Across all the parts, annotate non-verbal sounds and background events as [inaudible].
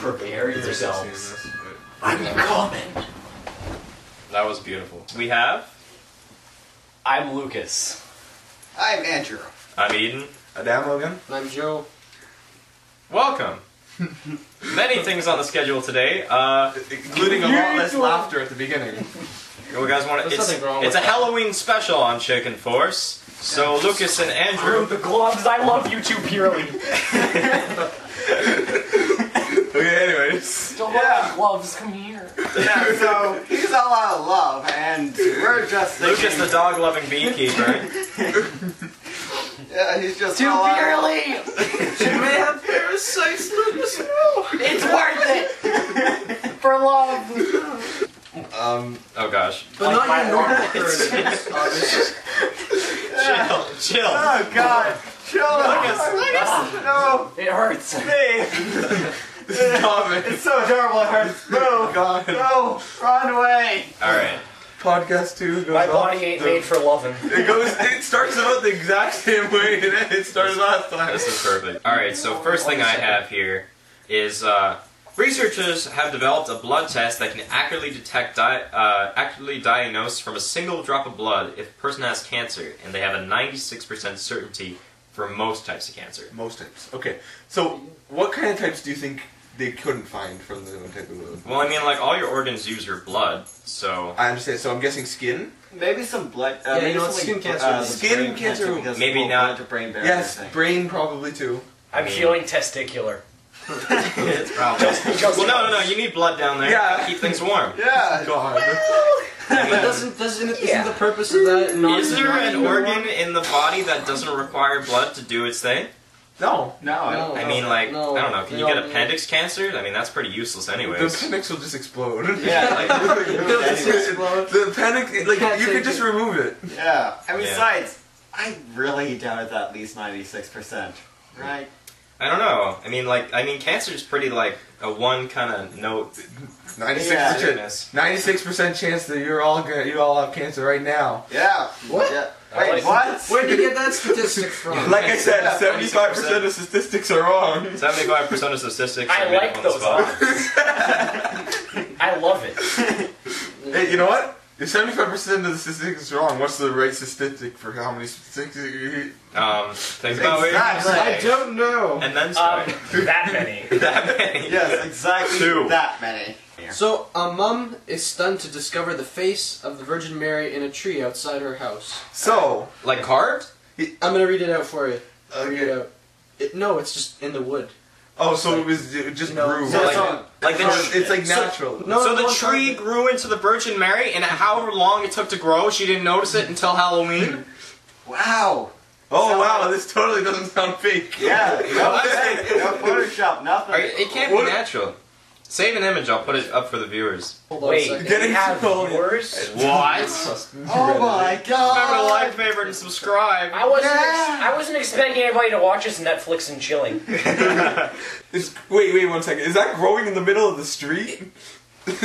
Prepare You're seeing yourselves. this, but- I'm coming. That was beautiful. We have. I'm Lucas. I'm Andrew. I'm Eden. Adam Logan. I'm Joe. [laughs] Welcome. Many things on the schedule today. Uh, Including a lot less laughter at the beginning. you guys want to? There's It's, nothing wrong it's a with that. Halloween special on Chicken Force. So Lucas and Through Andrew. the gloves, I love you too purely. [laughs] Okay, anyways. Don't Yeah. love gloves, come here. Yeah, so he's all out of love, and we're just Lucas, the thinking- dog-loving beekeeper. yeah, he's just Too all out of- purely! It's worth it! For love! Um, Oh [laughs] gosh. But Like not my your normal arm. currencies, obviously. Chill. Chill. Oh God, Oh, chill out. No, It hurts. it's so terrible. It hurts. No, Oh, God. no, run away. All right. Podcast 2 goes My off body ain't the- made for loving. It goes. It starts out the exact same way [laughs] it, it started last time. This is perfect. All right. So first thing I have here is uh, researchers have developed a blood test that can accurately detect, di- uh, accurately diagnose from a single drop of blood if a person has cancer, and they have a 96% certainty for most types of cancer. Most types. Okay. So, what kind of types do you think they couldn't find from the one type of wound? Well, I mean, like all your organs use your blood, [laughs] so I understand. So I'm guessing skin. Maybe some blood. Uh, Yeah, you maybe know, some, skin like, cancer Uh, is- Skin brain cancer, because maybe well, not. blood to brain barrier Yes. thing. Brain probably too. I'm mean- feeling testicular. it's probably. Just Well, no, no, no. You need blood down there. Yeah. to Keep things warm. Yeah. God. But doesn't doesn't it, Yeah. isn't the purpose of that not? Is there not an to know organ what- in the body that doesn't require blood to do its thing? No. No, I don't No. I know. mean, like, no, I don't know. Can you no, get no. appendix cancer? I mean, that's pretty useless, The anyways. appendix will just explode. [laughs] Yeah, like, [laughs] It'll just Anyway. explode. The appendix, it- like Can't you take could just it. remove it. yeah. And Yeah. besides, I really doubt it's at least ninety-six percent. Right. I don't know. I mean, like, I mean, cancer is pretty like a one kind of [laughs] note. Ninety-six Yeah. percent. Goodness. Ninety-six percent chance that you're all gonna, you all have cancer right now. Yeah. What? Yeah. I Wait, like- what? Where'd you get that statistic from? [laughs] Like I said, Yeah, seventy-five percent of statistics are wrong. Seventy-five percent of statistics. are I made up like on the those spot. lines. I love it. Hey, you know what? If seventy-five percent of the statistics is wrong, what's the right statistic for how many statistics? you- Um, think about what you're gonna Exactly. I say. don't know. And then Um, start. that many. [laughs] that many. Yes, exactly Two. that many. So a mum is stunned to discover the face of the Virgin Mary in a tree outside her house. So, Like carved? I'm gonna read it out for you. I'll Read it okay. out. It, no, it's just in the wood. Oh, so it was it just No. grew. So like, it's so all- Like the it's, tr- like So- natural. No, so no, the it's not- tree grew into the Virgin Mary, and however long it took to grow, she didn't notice it until [laughs] Halloween. Wow. oh so- wow, this totally doesn't sound fake. [laughs] Yeah. [laughs] No, that's fake, no Photoshop. Nothing. Or it it can't What- be natural. Save an image. I'll put it up for the viewers. Hold on a Wait, second. Get we it have told. viewers? What? Oh my Remember, God. like, favorite, and subscribe. I wasn't, ex- Yeah. I wasn't expecting anybody to watch us Netflix and chilling. It's, wait, wait one second. Is that growing in the middle of the street? [laughs] Wait,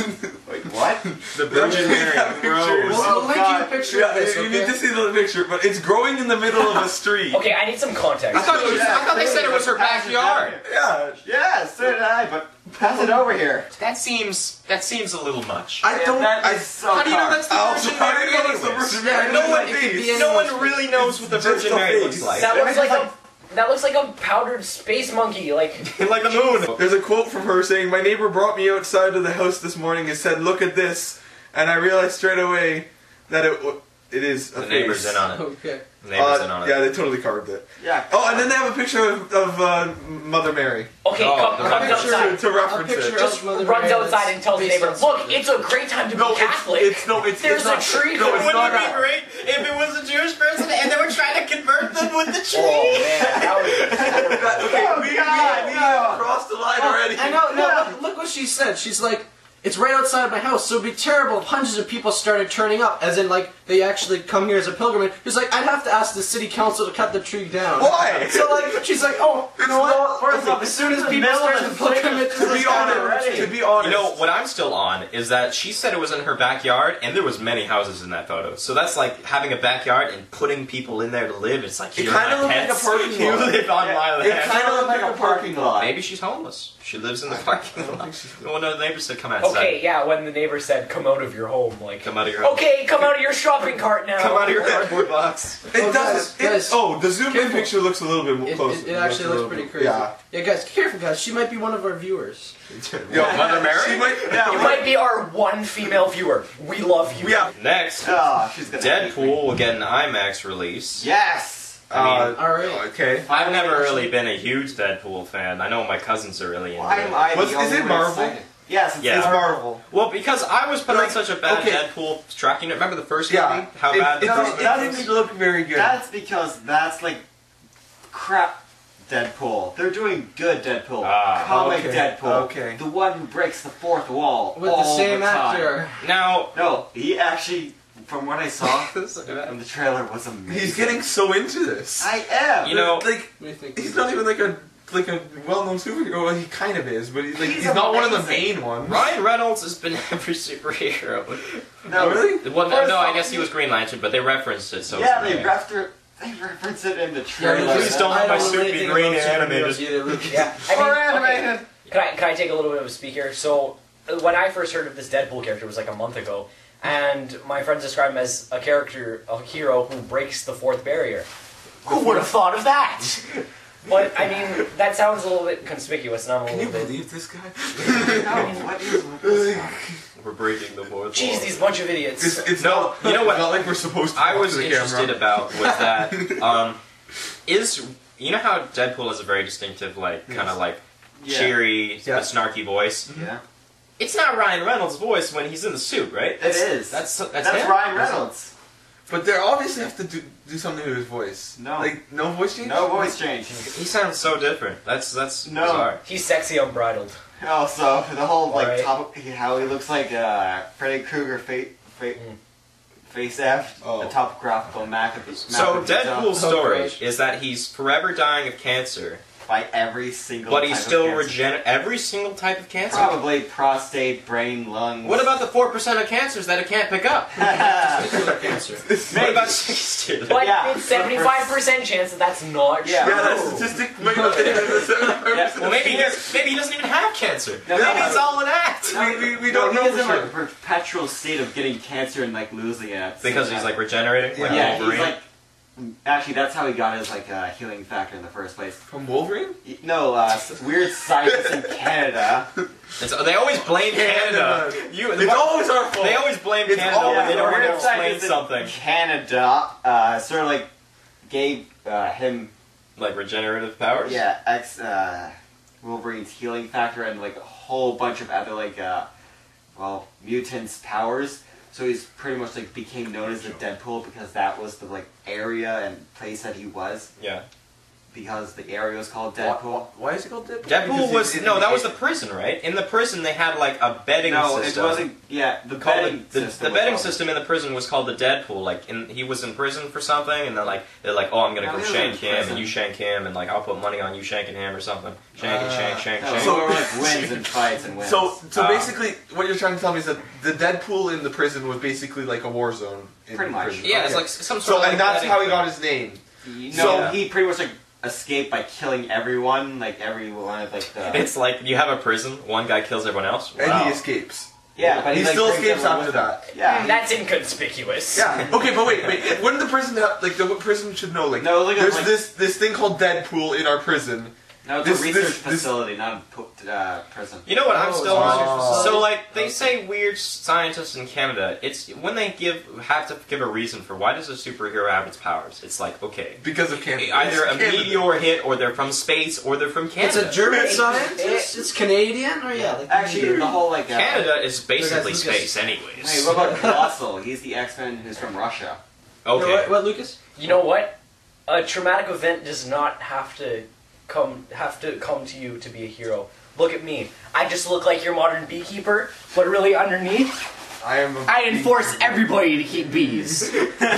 what? The Virgin Mary grows. Yeah, pictures. [laughs] Well, Oh, we'll link you a God. picture Yeah, of this. you okay? need to see the picture, but it's growing in the middle of a street. Okay, I need some I context. thought, it was, I thought they said it was her Pass it down backyard. here. Yeah. Yeah, so did I. But pass it over here. That seems that seems a little much. I don't. That I, is so How do you know hard. that's the I also Virgin how do Mary? you know it's the anyways? Virgin Yeah, Mary. I no know one, it could be no anyone's one really knows what the Just Virgin a Mary face. looks like. That looks like Everybody's a that looks like a powdered space monkey. Like [laughs] like the moon. There's a quote from her saying, "My neighbor brought me outside of the house this morning and said, look at this,' and I realized straight away that it w- it is a The neighbor's in on it. [laughs] Okay. The neighbor's Uh, in on Yeah, it. they totally carved it. Yeah. Oh, and then they have a picture of, of uh, Mother Mary. okay, Oh, come, the comes picture- To, outside, to A reference picture it. just of Mother runs Mary outside that's and tells the based neighbor, on "Look, something. it's a great time to No, be it's, Catholic." it's no, it's, There's it's not, a tree No, it's growing not. in that. it. great if it was a Jewish person and they were trying to convert them with the tree? Oh man, that was That- okay, Oh, we, we, God, we no. crossed the line [laughs] already. Oh, I know. No, look, look what she said. She's like, it's right outside my house, so it'd be terrible if hundreds of people started turning up, as in like they actually come here as a pilgrimage. She's like, I'd have to ask the city council to cut the tree down. Why? [laughs] So like, she's like, oh, you know what? First off, As soon as people middle of start the the pilgrimage, to be honest, already. to be honest, You know what I'm still on is that she said it was in her backyard, and there was many houses in that photo. So that's like having a backyard and putting people in there to live. It's like It you're kinda my looked like pets. [laughs] a parking You lot. live on my it land. kind of looked like a parking lot. Maybe she's homeless. She lives in the I parking don't lot. think she's- Well, no, the neighbors said come outside. Okay, yeah, when the neighbor said, come out of your home, like, Come out of your house. okay, come out of your shopping cart now. Come out of [laughs] your cardboard box. It Oh, does. guys, it- guys. oh, the zoom in Careful. picture looks a little bit more It, closer. it, it actually a looks little pretty bit- crazy. Yeah. yeah, guys, careful, guys. She might be one of our viewers. Yo, Mother she Mary. might. Yeah. You might be our one female viewer. We love you. Yeah. Next, Oh, she's gonna. hate me. Deadpool will get an IMAX release. Yes. I mean, Uh, All right. okay. I've never really been a huge Deadpool fan. I know my cousins are really into Why am it. I? the Was- is only it one Marvel? excited? Yes, it's Yeah. it's Marvel. Well, because I was put Like, on such a bad okay. Deadpool track. You know, remember the first Yeah. movie? How it, bad It, the No, first does- it movie that's- didn't look very good. That's because that's like crap Deadpool. They're doing good Deadpool. Ah, Comic okay, Deadpool. okay. The one who breaks the fourth wall. With the all same the time. actor. Now, [laughs] No, he actually, from what I saw [laughs] you from the trailer, was amazing. He's getting so into this. I am. know, like What do you think? he's not even like a like a well-known superhero. Well, he kind of is, but he's like he's, He's not one of the amazing. main ones. Ryan Reynolds has been [laughs] every superhero. No. Really? Well, no, First no, I off, guess he was Green Lantern, but they referenced it, so Yeah, it's they okay. ref- they reference it in the trailer. Yeah, Please don't I let my know suit be anything green and about superheroes animated. either, Lucas. Yeah. I mean, Or okay. animated. Can I can I take a little bit of a speak here? So uh, when I first heard of this Deadpool character it was like a month ago, and my friends described him as a character, a hero who breaks the fourth barrier. Who would have thought of that? [laughs] but I mean, that sounds a little bit conspicuous, and I'm a Can you little bit. believe [laughs] this guy? [laughs] No, what is with this? guy? We're breaking the fourth Jeez, wall. these bunch of idiots. It's, it's No, not, you know what? it's Not like we're supposed to. I talk was to the interested camera. about was [laughs] that um, is you know how Deadpool has a very distinctive like kind Yes. of like Yeah. cheery, Yeah. but snarky voice. Yeah. It's not Ryan Reynolds' voice when he's in the suit, right? It is. That's that's, That's him? Ryan Reynolds. But they obviously have to do, do something to his voice. No. like no voice change. No voice change. He sounds so different. That's that's No. bizarre. He's sexy unbridled. Also, the whole like Alright. top, how he looks like uh, Freddy Krueger fa- fa- Mm. face F, Oh. the topographical map of the So map of himself Deadpool's story gosh. is that he's forever dying of cancer, by every single. but he's type of still cancer. regener every single type of cancer. Probably prostate, brain, lungs. [laughs] What about the four percent of cancers that it can't pick up? yeah, [laughs] Testicular cancer. what about [laughs] sixty? But Yeah. it's seventy-five percent chance that that's not. Yeah. true. Yeah, that statistic [laughs] might not be Well, maybe he does, maybe he doesn't even have cancer. No, maybe no. it's all an act. We, we, No, we don't he know is for in sure. like a perpetual state of getting cancer and like losing it. at the Because same he's time. like regenerating, like yeah, Wolverine. he's like. Actually, that's how he got his like uh, healing factor in the first place. From Wolverine? Y- No, uh, s- weird scientists in Canada. It's- they always blame Canada. Canada. You, It's always our fault. they always blame It's Oh, Canada always when they don't our want to Weird explain scientists in something. Canada uh, sort of like gave uh, him Like regenerative powers. Yeah, X uh, Wolverine's healing factor and like a whole bunch of other like uh, well mutants powers. So he's pretty much like became known as the Deadpool because that was the like area and place that he was Yeah. because the area was called Why, Deadpool. why is it called Deadpool? Because Deadpool he's was in no, that was the prison, right? In the prison, they had like a betting No, it system. wasn't. Yeah, the Called betting the, the, system. the was betting called- system in the prison was called the Deadpool. Like, in, he was in prison for something, and they're like, they're like, oh, I'm gonna No, go he was shank in him, prison. and you shank him, and like, I'll put money on you shanking him or something. Shank and Ah. shank, shank, No, shank. so [laughs] like wins and fights and wins. So, so uh, Ah. basically, what you're trying to tell me is that the Deadpool in the prison was basically like a war zone. In Pretty the much. Prison. yeah, it's Okay. like some sort So, of. Like and that's betting how he thing. got his name. no, so- he pretty much like escaped by killing everyone, like every one of like the It's like you have a prison, one guy kills everyone else. And Wow. he escapes. yeah, but he like, still brings escapes everyone after with him. that. Yeah, That's inconspicuous. [laughs] Yeah. Okay, but wait, wait. Wouldn't the prison have like the prison should know like No, look at, there's like- this this thing called Deadpool in our prison. No, it's This- a research this- this- facility, not a po- uh, prison. You know what I'm Oh, still it's on? research So facility. like they say weird scientists in Canada, it's when they give have to give a reason for why does a superhero have its powers. It's like okay, Because of Canada. either It's a Canada. meteor hit or they're from space or they're from It's Canada. a German It- scientist. it- It's Canadian, or yeah, like Actually, the whole like. Uh, Canada is basically Lucas. space Wait, anyways. what about Colossal? He's the X Men who's from Russia. You know Okay. what, what, Lucas? You know what? A traumatic event does not have to come have to come to you to be a hero. Look at me. I just look like your modern beekeeper, but really underneath, I am. A I enforce everybody to keep bees.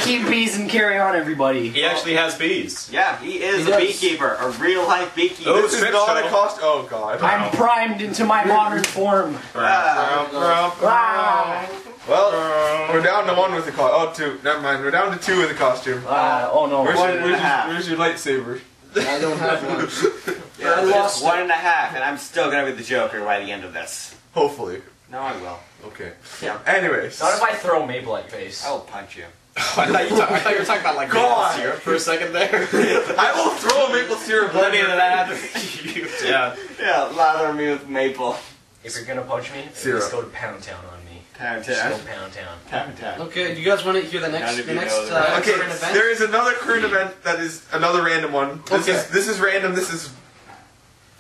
keep bees and carry on everybody. He actually has [laughs] bees. Yeah, he is He a does. beekeeper, a real life beekeeper. Oh, this [laughs] is strip not show. a cost. Oh god. I'm primed into my modern form. Ah, Ah, Well, we're down to one with the cost. Oh, two. Never mind. We're down to two with the costume. Uh, ah, oh no. Where's, one your, and a where's, half. your, where's your lightsaber? I don't have one. yeah, I just lost one and a half, and I'm still gonna be the Joker by the end of this. Hopefully. No, I will. Okay. Yeah. Anyways. Not if I throw Maple at your face. Oh. I will punch you. I thought you, ta- I thought you were talking about like God. maple syrup for a second [laughs] there. I will throw a maple syrup. [laughs] Let on me your into that happened. [laughs] Yeah. Yeah, lather me with maple. If you're gonna punch me, Zero. just go to Pound Town on me. Pound Just go town. Pound Town. Pound town. Okay, do you guys want to hear the None next, of the you next know the uh, Okay, current event? there is another current event that is another random one. This Okay. is this is random. This is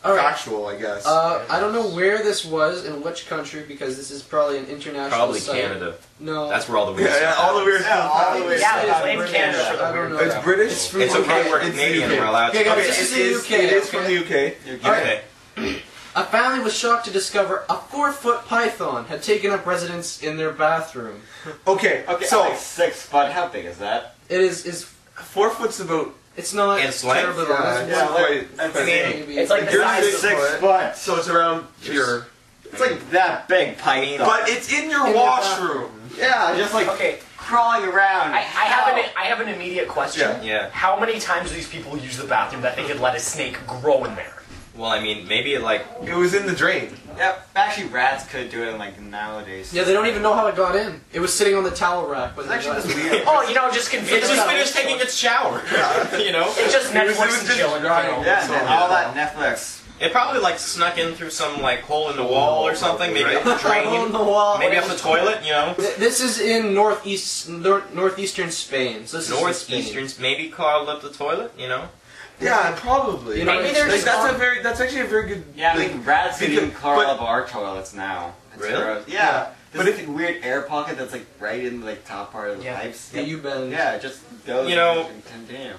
All right. factual, I guess. Uh, I don't know where this was in which country because this is probably an international. Probably site. Canada. No, That's where all the weird yeah, yeah, stuff all the happens. weird. Yeah, all the way. Yeah, to- just blame Canada for I the don't weird. know. It's British. It's from It's okay, UK. we're It's Canadian, UK. we're allowed to. Okay, Okay, This is it the is, UK, it is okay. from the UK. You're good. Okay. A family was shocked to discover a four-foot python had taken up residence in their bathroom. Okay, Okay, so I'm like six foot. How big is that? It is is four foot's about. it's not It's like- terribly yeah, long. yeah, It's like- that's I mean, one- maybe- It's like the Yours size is of six foot. foot. So it's around here. It's like that big, Python. But it's in your In your washroom. yeah, just like Okay, crawling around. I, I have an I have an immediate question. Yeah. Yeah. How many times do these people use the bathroom that they could let a snake grow in there? Well, I mean, maybe it like It was in the drain. Yep. Actually, rats could do it like nowadays. Yeah, they don't even know how it got in. It was sitting on the towel rack. When It's actually they [laughs] just got weird. Oh, you know, just It convince just finished taking its [laughs] shower. you know? It's just It was- it was Netflix and just chilling. you drying. know. Yeah, and then So- all that Netflix. it probably like snuck in through some like hole in the wall or something. Maybe up [laughs] the on drain. the wall. Maybe up the toilet. You know. Th- This is in northeast nor- northeastern Spain. So this is in Spain. Northeastern, maybe clogged up the toilet. You know. Yeah, probably. You know, Maybe like, there's that's a very. That's actually a very good. Yeah, I like, mean, rats can because- even crawl but- up our toilets now. It's Really? gross. Yeah. Yeah. There's But but if weird air pocket that's like right in the like, top part of the Yeah. pipes. Yeah, you bend. Yeah, it just goes. You know- and continue.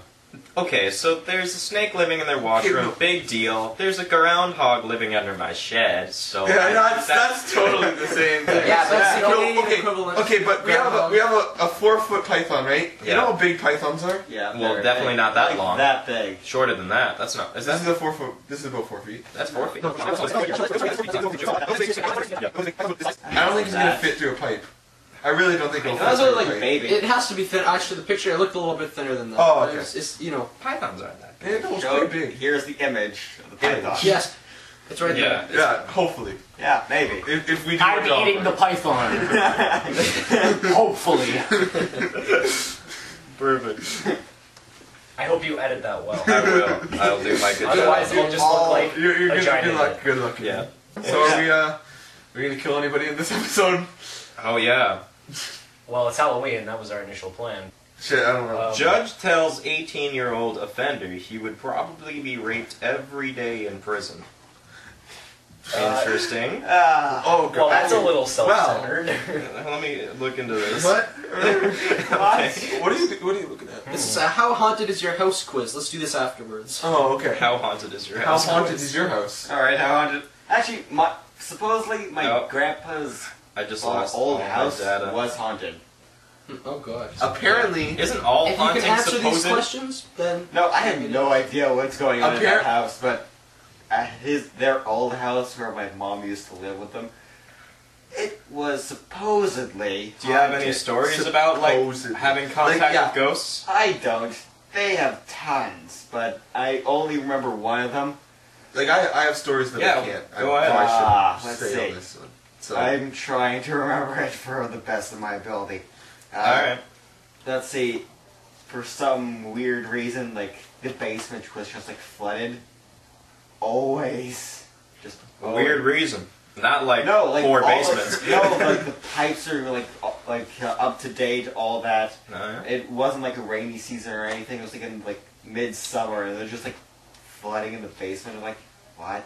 Okay, so there's a snake living in their washroom. Big deal. There's a groundhog living under my shed. So yeah, that's, that's totally the same thing. Yeah, that's Yeah. the No, Canadian okay, equivalent. okay, but we have a Groundhog. we have a, a four foot python, right? You Yeah. know how big pythons are? Yeah. [laughs] Well, they're definitely big. not that Like, long. That big. shorter than that. That's not. Is This is that? a four foot. This is about four feet. That's four feet. I don't think he's gonna fit through a pipe. I really don't think he'll fit That's through what a like pipe. baby. It has to be thin. Actually, the picture it looked a little bit thinner than that. Oh, But okay. It's, it's you know Pythons aren't that. Yeah, no, it's Joe, pretty big. Here's the image of the Image. python. yes, it's right there. Yeah. Yeah, hopefully. Yeah, maybe. If, if we do our I'm job eating the right. python. Hopefully. I hope you edit that well. [laughs] I will. I'll do my good Otherwise, job. it'll just look like uh, You're, you're a good, giant. good idiot. luck. Good luck. Yeah. So are we? Uh, we gonna kill anybody in this [laughs] episode? Oh yeah. Well, it's Halloween. That was our initial plan. Shit, I don't know. Um, Judge tells 18-year-old offender he would probably be raped every day in prison. Interesting. Ah, oh well, god. that's a little self-centered. Let me look into [laughs] this. what? [laughs] Okay. what are you? What are you looking at? This is a how haunted is your house quiz. Let's do this afterwards. Oh, okay. How haunted is your How house? haunted is your house? All right, how haunted? Actually, my supposedly my Oh. grandpa's I just uh, lost all old my house data. was haunted. Oh gosh. Apparently, Isn't all If you haunting can answer these supposed? questions, then No, I have no idea what's going on in Apparent- that house, but at his their old house where my mom used to live with them, it was supposedly. Do you have haunted. any stories about like Supposed. having contact Like, yeah. with ghosts? I don't. They have tons, but I only remember one of them. like I, I have stories that Yeah, I can't. go I, ahead. probably shouldn't Ah, let's say see. on this one. So I'm trying to remember it for the best of my ability. Uh, All right. let's say for some weird reason like the basement was just like flooded always just always. Weird reason. Not like, no like four all basements. the, [laughs] no [laughs] like the pipes are like uh, like uh, up to date all that No. it wasn't like a rainy season or anything it was like in like midsummer and they're just like flooding in the basement I'm like what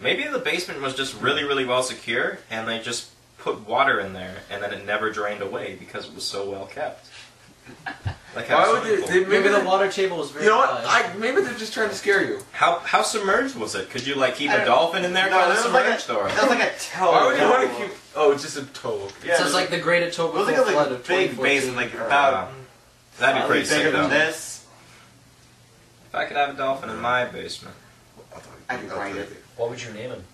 Maybe the basement was just really, really well secure, and they just put water in there, and then it never drained away because it was so well kept. Like how Why would swimming pool. they, they Maybe maybe the they, water table was very You know what? high. I, maybe they're just trying to scare you. How how submerged was it? Could you like keep I a don't- dolphin in there? No, Kinda that was like submerged a, or that was like a toe. Why would you want to keep? Oh, it's just a toe. Okay. Yeah, so it's like the Great it Etobicoke was like a flood like, of big 2014. basin, like about that'd be pretty bigger sick than though. this. If I could have a dolphin in my basement, I can find it. [laughs] What would you name him?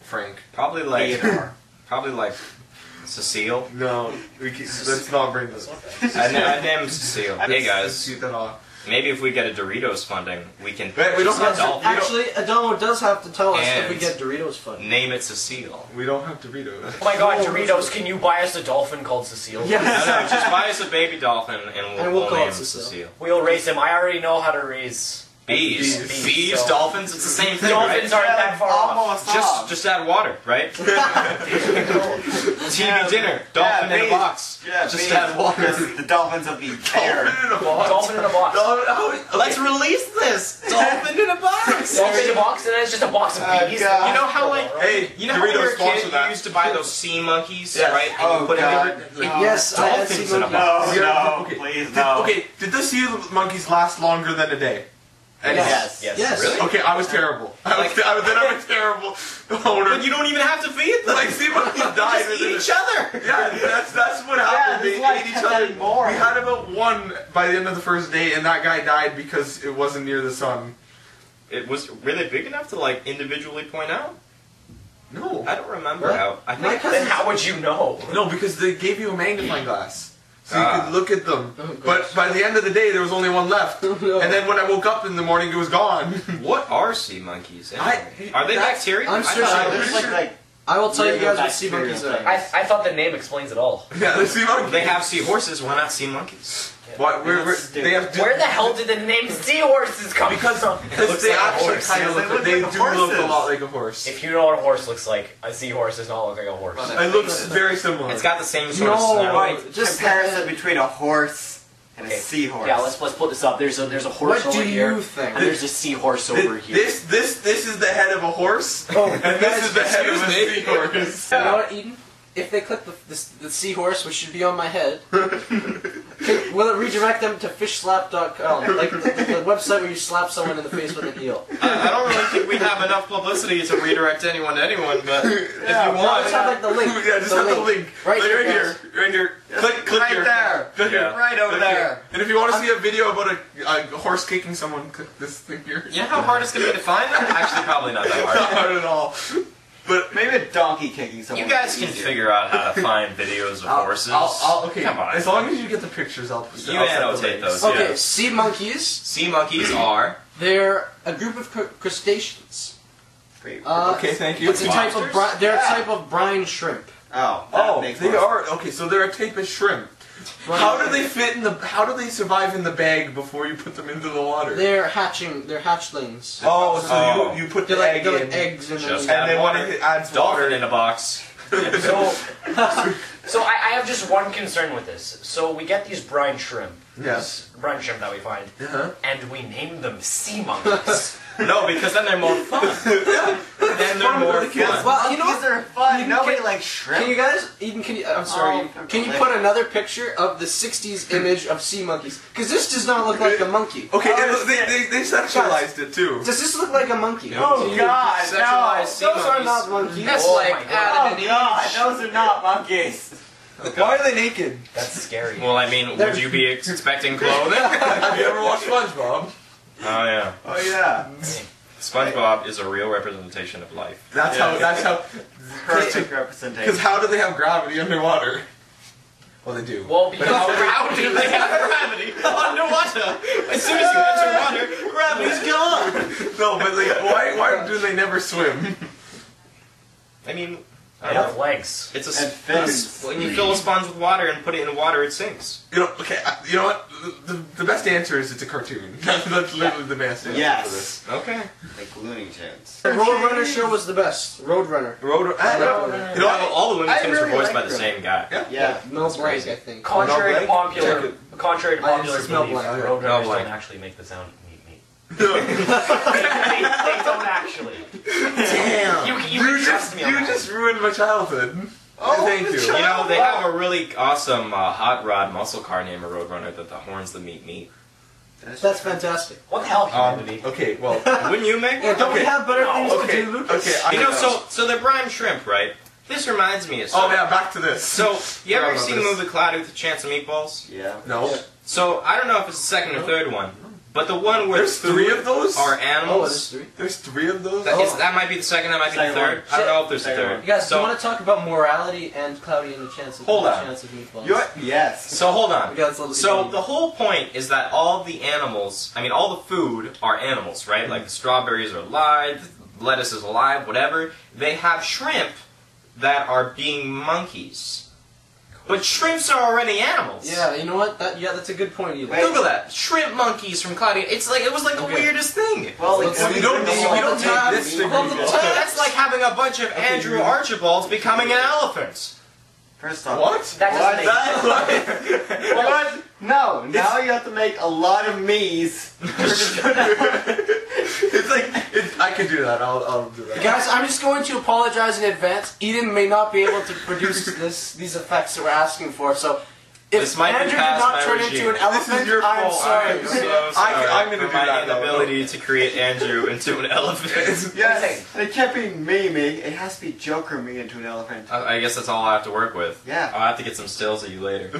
Frank. probably like [laughs] probably like [laughs] Cecile. No, we keep, let's not bring this. up. I na- I named Cecile. Hey Let's guys, shoot that off. maybe if we get a Doritos funding, we can Wait, we don't purchase have a to- dolphin. Actually, Adamo does have to tell us if we And- get Doritos fun. Name it Cecile. We don't have [laughs] Doritos. Oh my god, Oh, Doritos, can you buy us a dolphin called Cecile? [laughs] No, Yes. no, just buy us a baby dolphin and we'll, And we'll we'll call it name it Cecile. Cecile. We'll raise him. I already know how to raise. Bees, Bees. bees, So- dolphins. It's the same thing, Dolphins right? aren't that far off. Almost Just off. just add water, right? TV dinner, dolphin in bees. a box. yeah, just bees. add water. The dolphins of the [laughs] air. Dolphin in a box. Dolphin Let's release this dolphin in a [laughs] box. in a box, and then it's just a box of Oh, bees. God. You know how like Hey, You know how when you were Doritos a kid, sponsor you that. used to buy those sea monkeys, Yes. right? And Oh, you put God. them in No. yes, I have Dolphins seen in a one. No, Is there- no, okay. please, Did- no. Okay, did the sea monkeys last longer than a day? And- Yes. Yes. Yes. Really? Okay, I was terrible. I was, Like- I was, then [laughs] I'm a terrible owner. But you don't even have to feed them. like sea [laughs] monkeys died. Just within eat a- each other. [laughs] Yeah, that's that's what Yeah, happened. there's they like ate each ten other. million more. We had about one by the end of the first day, and that guy died because it wasn't near the sun. It was really big enough to like individually point out. No, I don't remember What? how. I My think Then cousin. how would you know? no, because they gave you a magnifying glass. So you Ah. could look at them, Oh, but gosh. by the end of the day, there was only one [laughs] left. Oh, no. And then when I woke up in the morning, it was gone. [laughs] what are sea monkeys? I- Anyway? are they that's- bacteria? I'm I sure- thought Uh, it there's was- like, like I will tell you weirdo guys what sea monkeys bacteria are. I, I thought the name explains it all. yeah, the sea monkeys. They have seahorses. Why not sea monkeys? Why, where, where, That's they have Where the hell did the name seahorses come from? Because they like a actually horse. kind of Yes, look. they look Like, they like do horses. look a lot like a horse. If you know what a horse looks like, a seahorse does not look like a horse. It looks very similar. It's got the same sort of No, snout. like, just comparison between a horse and a Okay. seahorse. Yeah, let's let's put this up. There's a there's a horse What do over here, you think? and there's a seahorse Thi- over here. This this this is the head of a horse, Oh, and this is the head of a [laughs] seahorse. You know what, Eden? If they click the, this, the seahorse, which should be on my head, can- will it redirect them to fishslap.com? Like the, the website where you slap someone in the face with an eel. I, I don't really think we have enough publicity to redirect anyone to anyone, but if you No, I just want, have like the link. [laughs] yeah, just the have the link Right Like, here, right here, guys. right here. Click, click right here. there. Click here. Yeah. Right over Click there. here. And if you want to see a video about a, a horse kicking someone, click this thing here. you know how hard it's gonna be to find? Actually, probably not that hard. [laughs] Not [laughs] hard at all. But Maybe a donkey kicking someone. You guys is can easier. figure out how to find videos of I'll- horses. I'll, I'll, okay, Come on. As long as you get the pictures, I'll. You I'll send annotate the links. those. Okay, Yeah. sea monkeys. Sea monkeys are. They're a group of cr- crustaceans. Great. Uh, Okay, thank you. It's a type of bri- Lobsters? they're Yeah. a type of brine shrimp. oh, that Oh, makes they more are okay. So they're a type of shrimp. Brine How do shrimp. they fit in the? How do they survive in the bag before you put them into the water? They're hatching. They're hatchlings. Oh, so Oh. You, you put the They're like, egg they're like in, eggs and Just then and add they want water. to add Dolphin water. in a box. So, [laughs] so I, I have just one concern with this. So we get these brine shrimp, Yes. brine shrimp that we find, Uh-huh. and we name them sea monkeys. No, because then they're more fun. then they're more Yes. fun. Well, you know Monkeys what? are fun. You Nobody can- likes shrimp. Can you guys, Eden? Can you? I'm sorry. Oh, can you okay. put another picture of the '60s image of sea monkeys? Because this does not look like a monkey. Okay, and they, they, they sexualized it too. Does this look like a monkey? oh God, Sexualized no. sea Those are monkeys. not monkeys. That's Oh like my God. Adam Oh God, those are not monkeys. Why are they naked? That's scary. Well, I mean, would you be expecting [laughs] clothing? oh Have you ever watched SpongeBob? yeah. Oh yeah. SpongeBob is a real representation of life. That's Yeah. how. That's how. Perfect Because representation. how do they have gravity underwater? Well, they do. Well, because [laughs] How do they have gravity underwater? As soon as you enter water, gravity's gone. [laughs] no, but like, why? Why do they never swim? I mean, they have legs. it's a, And sp- a fins. sp- when you fill a sponge with water and put it in water, it sinks. You know. Okay. I- You know what? The, the, the best answer is it's a cartoon. [laughs] that's literally the best answer for this. Yes. Okay. Like Looney Tunes. The Roadrunner show was the best. Roadrunner. Road. I don't- You know, All, all the Looney I Tunes really were voiced by like the them. same guy. Yeah. Yeah. Mel Blanc, crazy. I think. Contrary Mel to Blanc? popular, Check contrary to I popular just smell belief, blank. roadrunners Mel don't Blanc. actually make the sound meet [laughs] me. No. They, they don't actually. Damn. You, you, You can trust just, me on you that. just ruined my childhood. Oh, thank you. You know, they have a really awesome uh, hot rod muscle car named a Roadrunner that the horns the meat meat. That's fantastic. What the hell, Um, humanity? okay, well, [laughs] Wouldn't you make Yeah, one? don't we have better things to okay, do, Lucas? okay. I You know, so so the brine shrimp, right? This reminds me of oh something. yeah, back to this. So you Forgot ever about seen the this. movie Cloudy with a Chance of Meatballs? Yeah. [laughs] no, So I don't know if it's the second or third one, but the one where there's three of those. are Oh, there's animals. three. Oh. There's three of those. Oh. That, is, that might be the second. That might be the Second third. one. I don't know if there's a Second third. one. You guys, do so you want to talk about morality and Cloudy and the chance of Hold the on. chance of meatballs? You- Yes. so hold on. We got this little So the whole point is that all the animals, I mean, all the food are animals, right? Like the strawberries are alive, the lettuce is alive, whatever. They have shrimp that are being monkeys, but shrimps are already animals. yeah, you know what? That yeah, that's a good point, Eli. Wait. Google that shrimp monkeys from Claudia. It's like it was like the Okay. weirdest thing. Well, like, Let's- we you don't the need- whole you don't thing. need this degree, All the Bill. time. That's like having a bunch of Andrew Archibalds becoming an elephant. First off, What? That doesn't What? make What? No, now you have to make a lot of me's. [laughs] It's like it, I can do that. I'll, I'll do that. Guys, I'm just going to apologize in advance. Eden may not be able to [laughs] produce this these effects that we're asking for, so if This might be Andrew did past not my turn regime. into an This elephant, your I'm fault. sorry. [laughs] I'm so sorry I'm gonna for do my that, though. inability to create Andrew into an elephant. [laughs] Yes. It can't be me me. It has to be Joker me into an elephant. I I guess that's all I have to work with. Yeah. Oh, I'll have to get some stills of you later.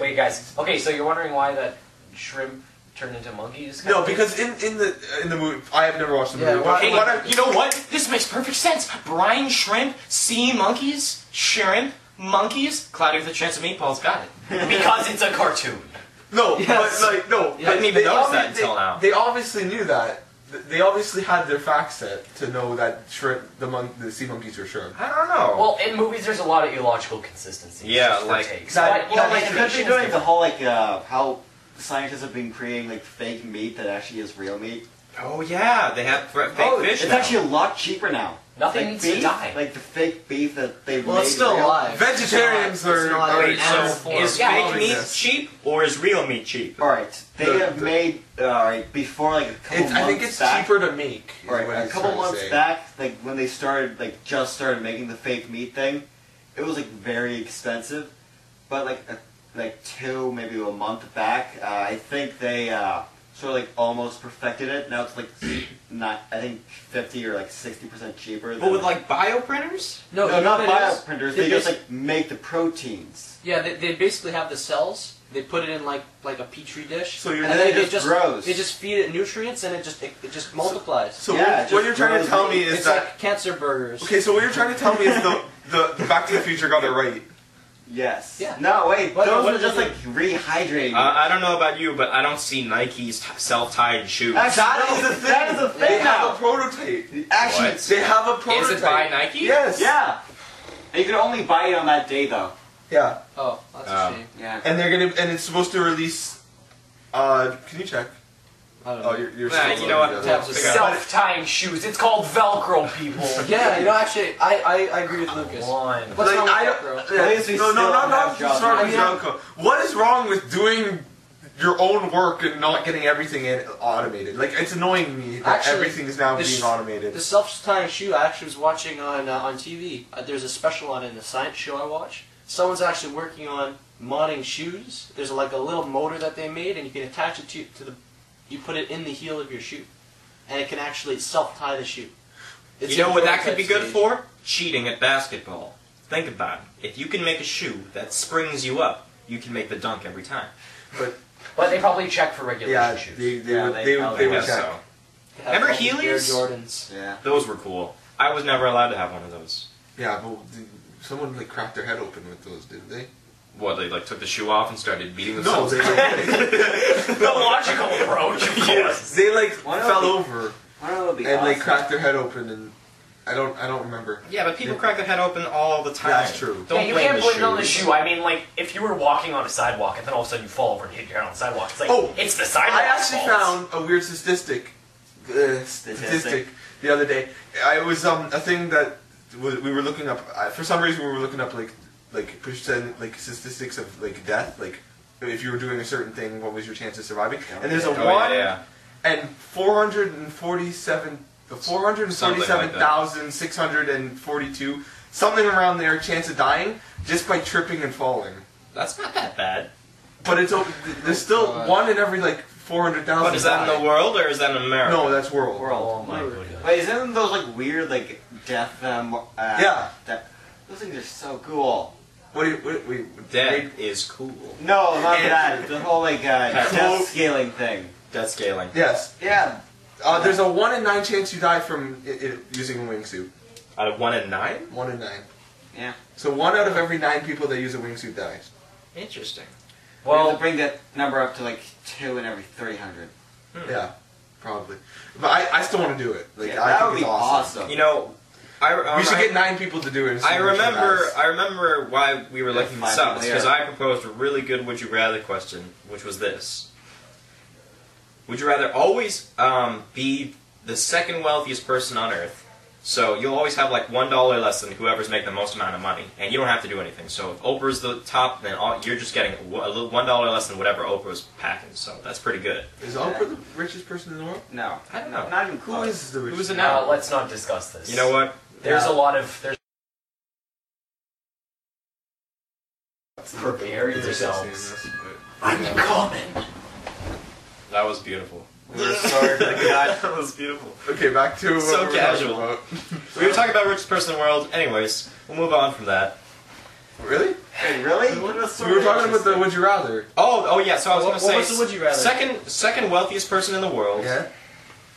Wait, guys. Okay, so you're wondering why that shrimp turned into monkeys? No, because in in the in the movie, I have never watched the movie. Yeah, but why- from Hey, what I- you know what? This makes perfect sense. Brine shrimp, sea monkeys, shrimp, monkeys, cloudy with a chance of meatballs. Got it. because it's a cartoon. No, Yes. but like no, Yeah, I didn't even they notice obvi- that until they, now. They obviously knew that. Th- They obviously had their fact set to know that shrimp, the mon- the sea monkeys were shrimp. I don't know. Well, in movies, there's a lot of illogical consistencies. Yeah, for like- takes. That- But, you Well, know, like, animation could is be doing different. the whole, like, uh, how scientists have been creating, like, fake meat that actually is real meat. oh yeah, they have fr- fake fish. It's now. actually a lot cheaper now. Nothing like needs beef, to die. Like the fake beef that they Well, made. it's still real. alive. Vegetarians It's not- are- it's not are an animal So form. is Yeah, fake obvious. meat cheap or is real meat cheap? Alright, they The- have the- made, alright, before, like, a couple It's, months I think it's back, cheaper to make. is Right, what a he's couple trying to months say. back, like when they started, like just started making the fake meat thing, it was like very expensive. But like, a, like two maybe a month back, uh, I think they uh, sort of like almost perfected it. Now it's like not, I think fifty or like sixty percent cheaper. But with like bioprinters? no, no, you know not what it is? bioprinters. They They just basi- like make the proteins. Yeah, they, they basically have the cells. They put it in like like a petri dish, So you're- and and then it they just grows. They just feed it nutrients, and it just it, it just multiplies. So Yeah, what- it what, just you're trying to grows tell meat. me is it's that like cancer burgers. okay? So what you're trying to tell me is the, the the Back to the Future got it right. Yes. Yeah. No, wait. What- those what are did just they like rehydrating. Uh, I don't know about you, but I don't see Nike's t- self-tied shoes. Actually, That is no, the thing. That is the They thing have a now. prototype. Actually, What? They have a prototype. Is it by Nike? Yes. yeah. And you can only buy it on that day though. Yeah. Oh, that's Um, a shame. Yeah. And they're gonna and it's supposed to release. Uh, can you check? I don't know. Oh, you're, you're Nah, still you know what? loading Tabs it. are Figure out. Self-tying shoes. It's called Velcro, [laughs] people. yeah, you know, actually, I, I, I agree with Lucas. One. What's Like, wrong with I that, don't. bro? yeah, At least we no, no, still no, no. have What's wrong with jobs. Jonko? What is wrong with doing your own work and not getting everything in automated? Like it's annoying me that Actually, everything is now this- being automated. The self-tying shoe I actually was watching on uh, on TV. Uh, there's a special on it in the science show I watch. Someone's actually working on modding shoes. There's like a little motor that they made, and you can attach it to, to the. You put it in the heel of your shoe, and it can actually self-tie the shoe. It's you know in what that could prototype be good stage. for? Cheating at basketball. Think about it. If you can make a shoe that springs you up, you can make the dunk every time. But they probably check for regulation yeah, shoes. they, they Yeah, would, they they probably would, they I would guess check. so. They have Remember all these Air Heelys? Jordans. Yeah. Those were cool. I was never allowed to have one of those. Yeah, but th- someone like cracked their head open with those, didn't they? What they like took the shoe off and started beating No, themselves. [laughs] they like, the logical approach, [laughs] of course. they like Why don't fell they- over I don't know, it'd be and like awesome. cracked their head open, and I don't, I don't remember. yeah, but people crack their head open all the time. That's true. Don't yeah, you blame can't the blame it on the shoes. shoe. I mean, like, if you were walking on a sidewalk and then all of a sudden you fall over and hit your head on the sidewalk, it's like, Oh, it's the sidewalk. I actually found a weird statistic, uh, statistic the other day. I it was um a thing that w- we were looking up uh, for some reason we were looking up like like percent like statistics of like death like if you were doing a certain Oh, thing what was your chance of surviving and there's a Oh, one yeah, yeah. and four hundred and forty seven the 447,642, something, around there, chance of dying just by tripping and falling. That's not that bad. But it's o- th- there's still one in every like 400,000. Oh, But is that in die. the world or is that in America? No, that's world. World. My goodness. Oh Wait, isn't those like weird like death? Um, uh, Yeah. death- those things are so cool. What do you, wait, wait, wait, Death is cool. No, not that. The whole like uh, Cool. death scaling thing. Death scaling. Yes. Yeah. Uh, there's a 1 in 9 chance you die from i i using a wingsuit. Out of one and nine? 1 in 9. Yeah. So one out of every nine people that use a wingsuit dies. Interesting. Well, Well, bring that number up to like two in every three hundred. Yeah, probably. But I, I still want to do it. Like I that think would it's be awesome. awesome. You know, I, We should I- get nine people to do it. and see I who dies. remember, I remember why we were looking five this up people because here. I proposed a really good "Would you rather" question, which was this: Would you rather always um, be the second wealthiest person on Earth? So you'll always have like one dollar less than whoever's making the most amount of money, and you don't have to do anything. So if Oprah's the top, then all, you're just getting a little one dollar less than whatever Oprah's packing. So that's pretty good. Is Oprah the richest person in the world? No, I don't know. not even Who cool. is the richest? Who's it now now? let's not discuss this. You know what? There's Yeah. a lot of there's. Preparing yourselves. I'm That was beautiful. We're sorry. God, [laughs] that was beautiful. Okay, back to what So we were casual. talking about. We were talking about richest person in the world. Anyways, we'll move on from that. Really? Wait, really? we were talking about the would you rather. Oh, oh yeah. So I was What- going to what say, was the would you rather? second, second wealthiest person in the world. Yeah.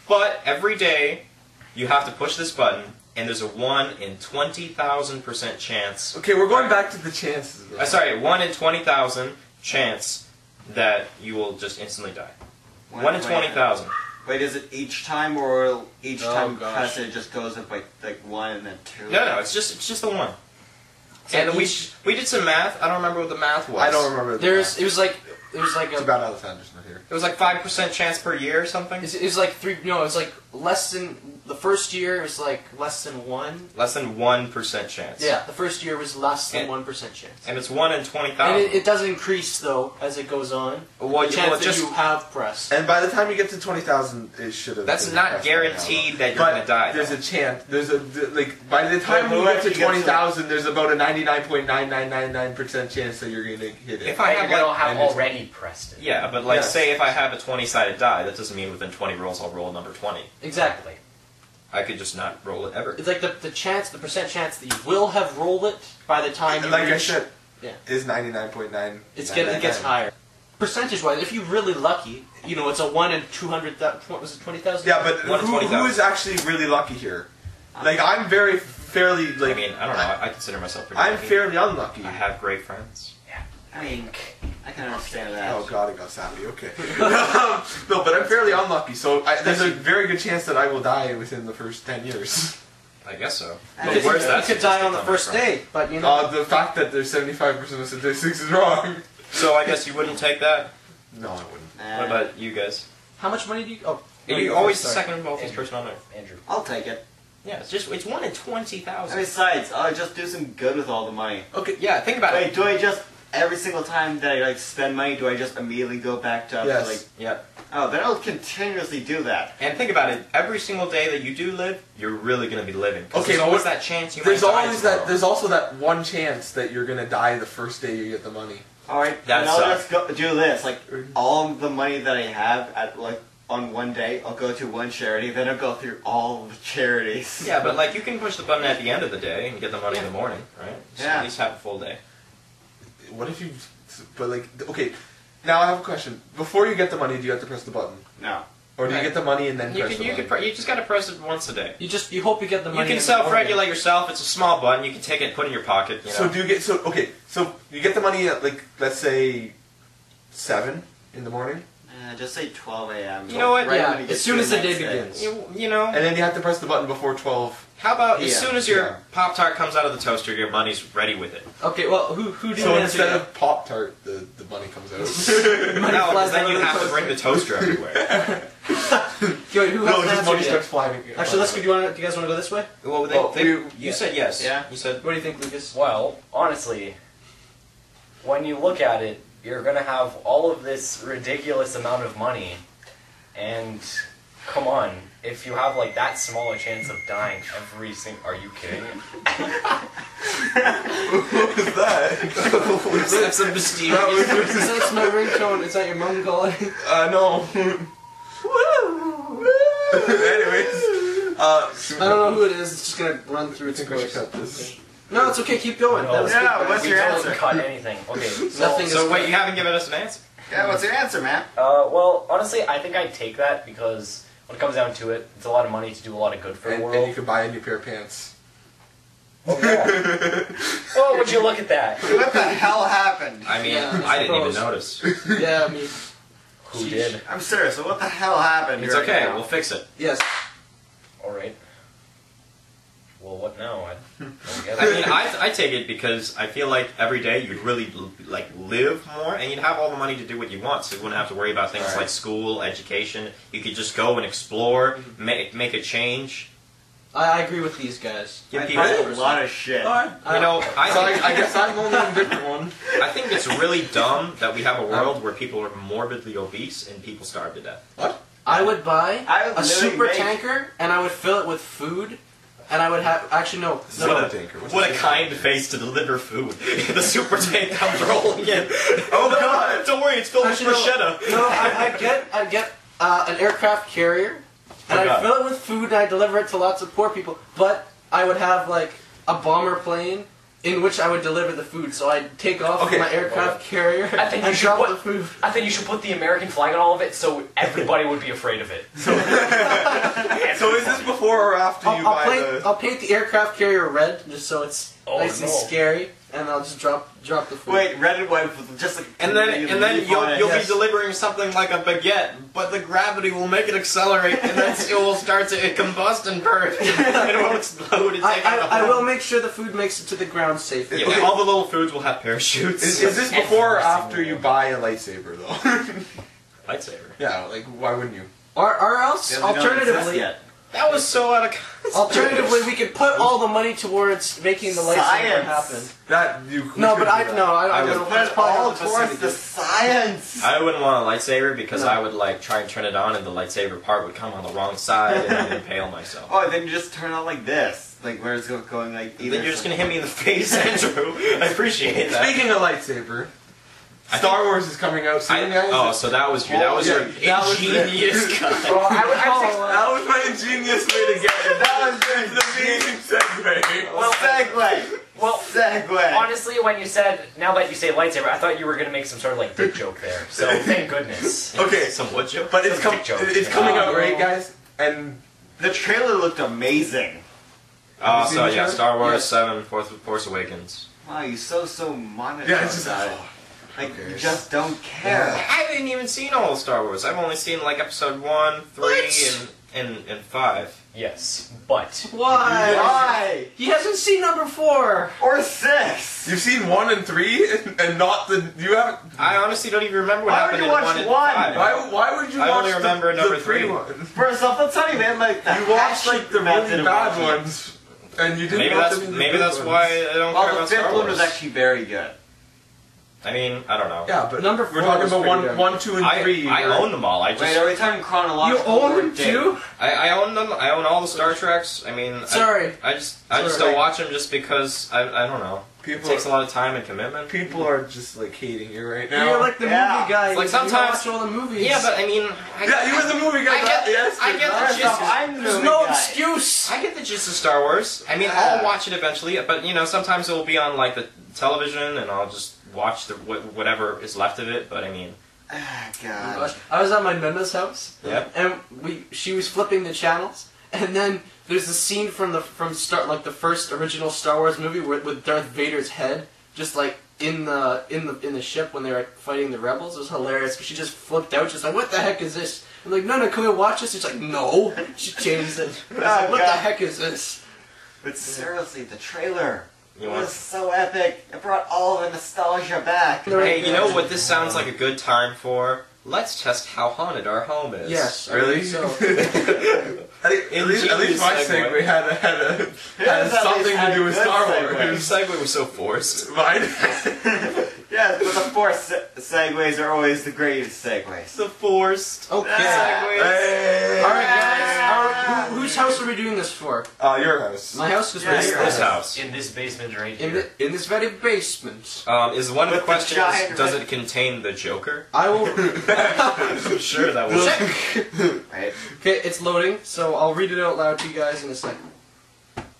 But every day, you have to push this button, and there's a one in twenty thousand percent chance. Okay, we're going back to the chances. Uh, sorry, one in twenty thousand chance that you will just instantly die. One, in twenty thousand. Wait, is it each time or each Oh, time gosh. press it just goes up like like one and then two? No, no, it's just it's just the one. and we sh- we did some math. I don't remember what the math was. I don't remember. the There's fact. it was like it was like it's a, about Alexander's not here. It was like five percent chance per year or something. it was like three. No, it was like less than the first year. It was like less than one. Less than one percent chance. Yeah, the first year was less than And- one percent chance. And it's one in twenty And thousand. it, it does increase though as it goes on. well, The you, chance well, that just you have press. And by the time you get to twenty thousand, it should have. That's been not passed by now. guaranteed that you're but gonna die. There's though. a chance. There's a th- like by the time But you who get actually to gets to- twenty thousand, there's about a ninety nine point nine nine nine nine percent chance that you're gonna hit it. if I Right, you're have gonna like, have and it's- already pressed it. yeah, but like Yes. say if I have a twenty sided die, that doesn't mean within twenty rolls I'll roll a number twenty. Exactly. I could just not roll it ever. It's like the, the chance, the percent chance that you will have rolled it by the time you like reach. I said, Yeah. is ninety nine point nine. It's get, it gets higher. Percentage wise, if you're really lucky, you know, it's a 1 in 200,000. What was it, 20,000? Yeah, but One in who, who 20,000. is actually really lucky here? Like I'm very fairly I like mean, I don't know. I, I consider myself pretty. I'm lucky. fairly unlucky. I have great friends. I mean, I can understand that. Oh god, I got savvy. Okay, [laughs] [laughs] no, but I'm fairly unlucky, so I, there's a very good chance that I will die within the first ten [laughs] years. I guess so. I But just- where's you that? could die statistic on the coming first from? day, but you know. Uh, the fact that there's seventy five percent of statistics is [laughs] wrong. So I guess you wouldn't take that. No, I wouldn't. Nah, What about you guys? how much money do you. Oh, no, You're go always the first, sorry. second wealthiest person on earth. Andrew. I'll take it. Yeah, it's just it's one in twenty And thousand. besides, I'll Oh, just do some good with all the money. Okay, yeah, think about Wait, it. do I just every single time that I like spend money, do I just immediately go back to Yes. like? Yeah, Oh, then I'll continuously do that. and think about it. Every single day that you do live, you're really gonna be living. 'Cause Okay, there's but always what- that chance you There's might die always tomorrow. that. There's also that one chance that you're gonna die the first day you get the money. All right, That then I'll sucks. just go, do this. Like all the money that I have at like on one day, I'll go to one charity. Then I'll go through all the charities. Yeah, but like you can push the button at the end of the day and get the money in the morning, right? So Yeah. At least have a full day. What if you? But like, okay. Now I have a question. Before you get the money, do you have to press the button, [laughs] No. or do you Right. get the money and then You press can, the you, button? can pre- you just gotta press it once a day. You just you hope you get the money. You can in the self-regulate morning. yourself. It's a small button. You can take it, put it in your pocket. You know? So do you get so okay? So you get the money at like let's say seven in the morning, Uh, just say 12 a.m. You know what? Right Yeah, when you get as soon to as the next day begins. you, you know, and then you have to press the button before twelve. how about as Yeah, soon as your yeah. pop tart comes out of the toaster, your money's ready with it. Okay, well, who, who did So answer instead that? of Pop Tart, the the money comes out. No, because flies then out you of the have to bring the toaster everywhere. Yo, who no, has just answered money yet? starts flying. Actually, let's go. Do you, wanna, do you guys want to go this way? [laughs] well, they, Well, they, we- you yeah. said yes. Yeah. You said What do you think, Lucas? Well, honestly, when you look at it, you're gonna have all of this ridiculous amount of money, and come on, if you have like that small a chance of dying every single, are you kidding? What was that? What was that? That's a mysterious. [laughs] That was- That's my ringtone. It's not your [laughs] Mongolian. Uh, no. [laughs] Anyways, uh, should I don't know who it is. It's just gonna run through we its think we should course. cut this. No, it's okay. Keep going. That was No. good. We Yeah, what's your don't answer? cut anything. Okay, so, Nothing is So cut. wait, you haven't given us an answer. Yeah, what's your answer, man? Uh, well, honestly, I think I'd take that because when it comes down to it, it's a lot of money to do a lot of good for And, the and you world. could buy a new pair of pants. Oh, [laughs] yeah. oh, would you look at that? What the hell [laughs] happened? I mean, Yeah, I didn't even suppose. notice. Yeah, I mean, Who did? I'm serious. What the hell happened? It's here okay. now? We'll fix it. yes. All right. Well, what now? I don't get I [laughs] it. mean, I, I take it because I feel like every day you'd really l- like live more, and you'd have all the money to do what you want, so you wouldn't have to worry about things Right. like school, education. You could just go and explore, Mm-hmm. make make a change. I, I agree with these guys. Give I people, did a lot of shit. you know, I Uh, So I, think, I guess I'm only a different one. I think it's really dumb that we have a Uh-huh. world where people are morbidly obese and people starve to death. I would buy I a would literally super make- tanker and I would fill it with food, and I would have actually no. So- What a tanker. What's What a a tanker? kind face to deliver food. [laughs] the super tank comes rolling in. Oh [laughs] god! Don't worry, it's filled with Actually, bruschetta. [laughs] No, I, I'd get I'd get uh, an aircraft carrier, and Oh, I'd God. fill it with food and I'd deliver it to lots of poor people. But I would have like a bomber plane in which I would deliver the food. So I'd take off Okay. my aircraft carrier I think you and should drop put- the food. I think you should put the American flag on all of it so everybody would be afraid of [laughs] it. So is this before or after you I'll, I'll, buy paint, the? I'll paint the aircraft carrier red just so it's Oh, nice and no. scary, and I'll just drop drop the [laughs] food. Wait, red and white with just like And then, and then leaf you'll, on it. you'll yes. be delivering something like a baguette, but the gravity will make it accelerate, and [laughs] then it will start to combust and burn, and it won't explode and I, take out the I, I [laughs] whole- will make sure the food makes it to the ground safely. Yeah, all the little foods will have parachutes. Is, is this before or after you buy a lightsaber though? [laughs] lightsaber? yeah, like why wouldn't you? Or, or else, Yeah, they don't exist alternatively, yet. That was so out of context. alternatively, we could put all the money towards making the lightsaber Science. happen. That you. No, but I do no, I, I I don't. would- That's Put probably all not the best towards thing to the do. science. I wouldn't want a lightsaber because No. I would like try and turn it on, and the lightsaber part would come on the wrong side, and I'd impale [laughs] myself. Oh, then you just turn on like this, like where it's go- going like. Then either you're just side. gonna hit me in the [laughs] face, Andrew. I appreciate that. Speaking of lightsaber, I Star Wars is coming out soon, I, guys. oh, so that was your that was your Yeah, that was [laughs] the- ingenious cut. Well, I would, I [laughs] would say- that was my ingenious way to [laughs] get it. That was an amazing segue. well, Segway. well, Segway. honestly, when you said now that you say lightsaber, I thought you were gonna make some sort of like dick joke there. So thank goodness. Okay, Some wood joke. but [laughs] it's, com- Dick joke. it's coming out Oh. right, guys. And The trailer looked amazing. Uh, Have you so seen yeah, the Star Wars Yes. Seven, Force, Force Awakens. Wow, you so so monotone. yeah, it's just about it. like okay. you just don't care. I haven't even seen all of Star Wars. I've only seen like Episode One, Three, What? and and and Five. Uh, Yes, but Why? Why? He hasn't seen number four. Or six? you've seen one and three, [laughs] and, and not the you haven't. I honestly don't even remember what Why would you happened in watch one. and one? five. Why, why would you I watch only the, remember number the three three. [laughs] one? First off, that's funny, man. Like the You watched hatchet like the method really of bad watching it. ones, and you didn't. Maybe watch that's any of the maybe good that's ones. why I Well, don't care the about fifth Star one Wars. was actually very good. I mean, I don't know. Yeah, but Number we're four talking was about pretty one, good. one, two, and I, three. I right? own them all. I Wait, just are we talking You chronological? own or him date? too. I, I own them. I own all the Star Treks. I mean, I- Sorry. I, just I just Sorry. don't watch them just because I I don't know. It People, takes a lot of time and commitment. people are just like hating you right now. You're like the Yeah. movie guy. It's like you sometimes- watch all the movies. Yeah, but I mean, I, yeah, you were the movie guy. I get- yes, I get the right. First Jesus. off, I'm the there's movie no guy. excuse. I get the gist of Star Wars. I mean, Yeah. I'll watch it eventually, but you know, sometimes it will be on like the television, and I'll just watch the wh- whatever is left of it. But I mean, Ah, Oh my God. gosh. I was at my nana's house, yeah. and we she was flipping the channels, and then there's a scene from the from start like the first original Star Wars movie with, with Darth Vader's head just like in the in the in the ship when they were fighting the rebels. It was hilarious. But she just flipped out. She's like, "What the heck is this?" I'm like, "No, no, can we watch this?" She's like, "No." She changed [laughs] it. I was like, Oh, what the God. heck is this? But seriously, the trailer You was want- so epic. It brought all the nostalgia back. No. Hey, you know what? This sounds like a good time for. Let's test how haunted our home is. Yes. I Really? think So. [laughs] [laughs] I think- at least, at least my Ingenious segue segue. had a, had a, at had least something had to a do with good Star segue. Your Wars. segue was so forced. Mine. Yeah, but the force se- segues are always the greatest segues. The forced. Okay. Yeah. Segways. Hey. All right, guys. Alright, who- whose house are we doing this for? Uh, your house. My house is This, this house. in this basement right in, here. the, in this very basement. Um, is one of the the questions, giant does red- it contain the [laughs] Joker? I will [laughs] I'm sure that was... Right? Okay, it's loading, so I'll read it out loud to you guys in a second.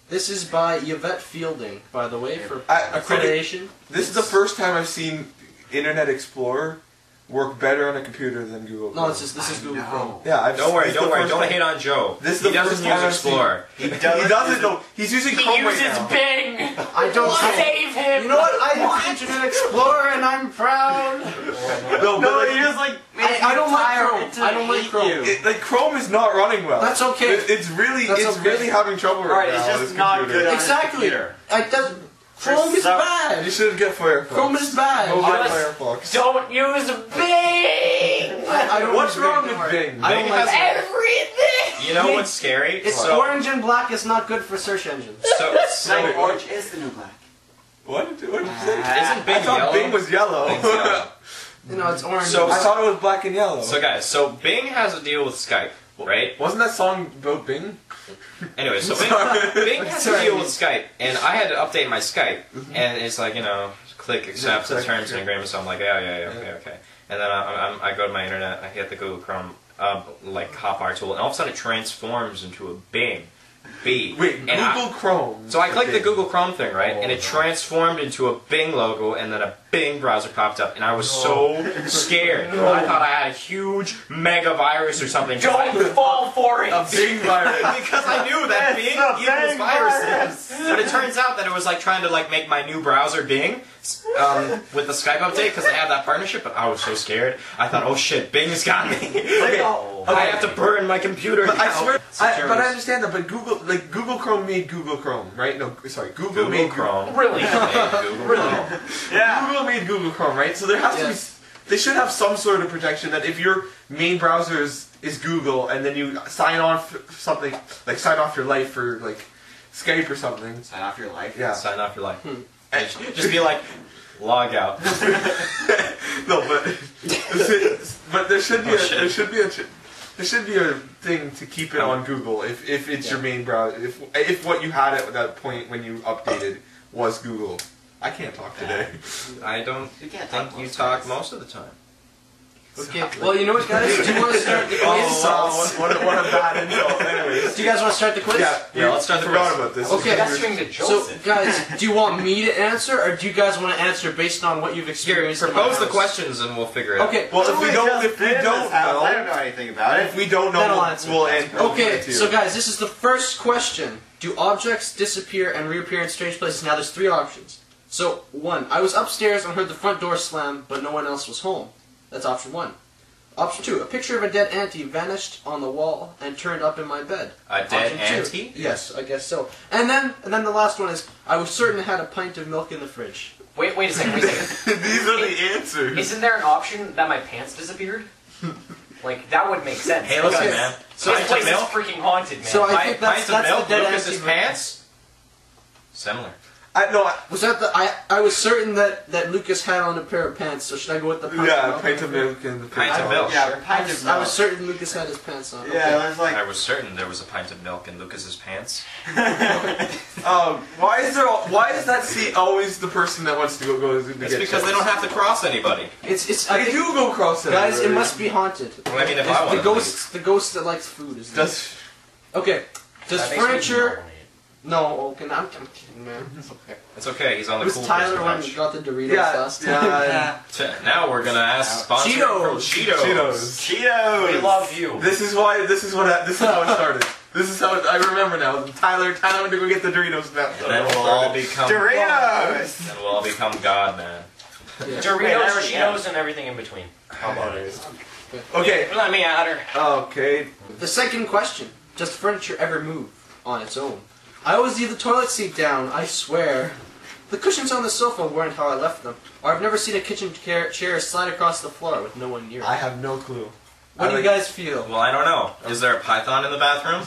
This is by Yvette Fielding, by the way, for I- I- accreditation. This is the first time I've seen Internet Explorer work better on a computer than Google. No, Chrome. it's just this is Google No. Chrome. yeah. I've, Don't worry, this is don't the worry, first don't time- hit on Joe. This is he the doesn't first use time I've Explorer. He He does doesn't know. He's using He Chrome uses right now. Bing. I don't know. Save him. You know what? I have Internet Explorer and I'm [laughs] proud. No, but like, just like I, I don't entire- like it's Chrome. I don't like hate Chrome. you. it, like Chrome is not running well. That's okay. It- it's really, That's it's okay. really having trouble right, Right, it's now. just this not computer. good at- exactly. Computer. I does Chrome is some- You bad. should get Firefox. Chrome is Go bad. get Just- Firefox. Don't use Bing. I, I don't What's use Bing, wrong don't with worry. Bing? I don't Bing like has- [laughs] Everything. You know what's scary? It's so, orange and black. It's not good for search engines. so, so, Wait, Like, what? orange is the new black. What? What did you say? Uh, isn't Bing I thought yellow? Bing was yellow. Bing's [laughs] yellow. You know, it's orange. So- and I black. thought it was black and yellow. So guys, so Bing has a deal with Skype, right? Wasn't that song about Bing? Anyway, so Sorry. Bing, Bing has a Sorry. deal with Skype, and I had to update my Skype, and it's like you know, click accept Mm-hmm. Yeah, the click, terms and yeah. agreements. So I'm like, oh, yeah, yeah, yeah, okay, okay. And then I, I, I go to my internet, I hit the Google Chrome uh, like hotbar tool, and all of a sudden it transforms into a Bing, B. Wait, and Google I- Chrome. so I for clicked the Bing. Google Chrome thing, right? Oh, and it no. transformed into a Bing logo, and then a Bing browser popped up, and I was so scared. I thought I had a huge mega virus or something. Don't fall for Uh, it. a Bing [laughs] virus [laughs] because I knew that Bing equals viruses. But it turns out that it was like trying to like make my new browser Bing um, with the Skype update because I had that partnership. But I was so scared. I thought, oh shit, Bing's got me. [laughs] I have to burn my computer. But I now. swear, I, but I Securities. understand that. But Google, like Google Chrome, made Google Chrome, right? No, sorry, Google Google, made Chrome. [laughs] Really? Hey, [laughs] Google Chrome. Yeah. Google made Google Chrome, right? So there has to be. Yeah. s- They should have some sort of protection that if your main browser is, is Google and then you sign on f- something like sign off your life for like Skype or something. Sign off your life. Yeah. Sign off your life. Hmm. [laughs] Just just be like, log out. No, but but there should be Oh, a, shit. there should be a ch- there should be a thing to keep it on Google if, if it's your main browser if if what you had at that point when you updated was Google. I can't talk today. I don't You can't talk think you most talk times. most of the time. Okay. Well, you know what, guys? Do you want to start the quiz? Oh, wow, [laughs] what, what, a, what a bad insult. Anyways, Do you guys want to start the quiz? yeah, Yeah, let's start the forgot quiz. about this. Okay. This That's is weird. to So, guys, do you want me to answer, or do you guys want to answer based on what you've Here, experienced? in my propose the house? questions and we'll figure it out. Okay. Well, if we Who don't, just if we did this don't house? I know, don't know anything about it. if we don't Then I'll know, answer. we'll end. Okay, with you. so guys, this is the first question. Do objects disappear and reappear in strange places? Now there's three options. So one, I was upstairs and heard the front door slam, but no one else was home. That's option one. Option two, a picture of a dead auntie vanished on the wall and turned up in my bed. A dead Option two. auntie? Yes, I guess so. And then, and then the last one is, I was certain I had a pint of milk in the fridge. Wait, wait a second. Wait a second. [laughs] these are the answers. Isn't there an option that my pants disappeared? Like that would make sense. Hey, listen, Okay. man. So this Pint of place is milk? freaking haunted, man. So I- Pint- think that's- pints that's the of milk, dead Lucas's empty- pants? Similar. I, no, I, Was that the? I I was certain that that Lucas had on a pair of pants. So should I go with the? pint of yeah, milk? pint of milk and the Pint of Oh, milk. Yeah, I pint was, of I milk. was certain Lucas had his pants on. Yeah, Okay. there's like I was certain there was a pint of milk in Lucas's pants. Um, why is there? al- Why is that seat always the person that wants to go go to get? It's because checked? they don't have to cross anybody. It's it's. I They think, do go cross that. guys, it road. must be haunted. Well, I mean, if It's I the wanted ghost, the ghost that likes food is. the- Does okay. Does That makes me furniture? nominate. No, okay, no, I'm, I'm kidding, man. It's okay. It's okay, he's on It the was cool Tyler when person he got the Doritos yeah, last time. yeah. [laughs] patch. T- Now we're gonna ask sponsor Cheetos. Cheetos. Cheetos. We Cheetos. love you. This is why. This is what. I, this is how it started. This is how it, I remember now. Tyler, Tyler went to go get the Doritos now. Then we'll all become. Doritos. Then we'll all become God, man. Wait, Doritos, that was- Cheetos, and everything in between. How about it? Okay. Let me at her. Okay. The second question: Does furniture ever move on its own? I always leave the toilet seat down. I swear. The cushions on the sofa weren't how I left them. Or I've never seen a kitchen chair, chair slide across the floor with no one near. it. I have no what clue. I do like- you guys feel? Well, I don't know. Is there a python in the bathroom?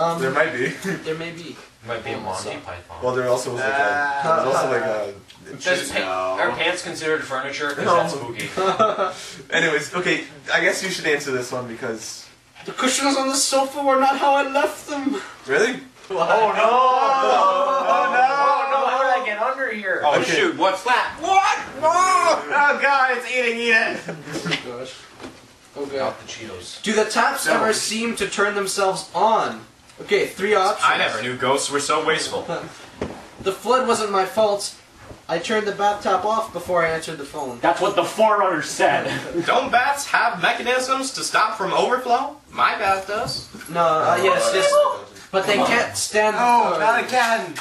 Um, There might be. there may be. Might be a Monty So- Python. Well, there also was like a. There was also like a. Does pa- No. are pants considered furniture? Because No. that's spooky. Anyways, okay. I guess you should answer this one because The cushions on the sofa were not how I left them. Really? Oh no! Oh, no, how did I get under here? Oh Okay. shoot! What's that? What? Oh god, it's eating Ian! Oh gosh. Oh god. the Cheetos. Do the taps No. ever seem to turn themselves on? Okay, three options. I never knew ghosts were so wasteful. The flood wasn't my fault. I turned the bathtub off before I answered the phone. That's what the forerunner said. Don't bats have mechanisms to stop from overflow? My bath does. No, uh, Oh. yes, yes. But they can't stand. Oh, uh, not again!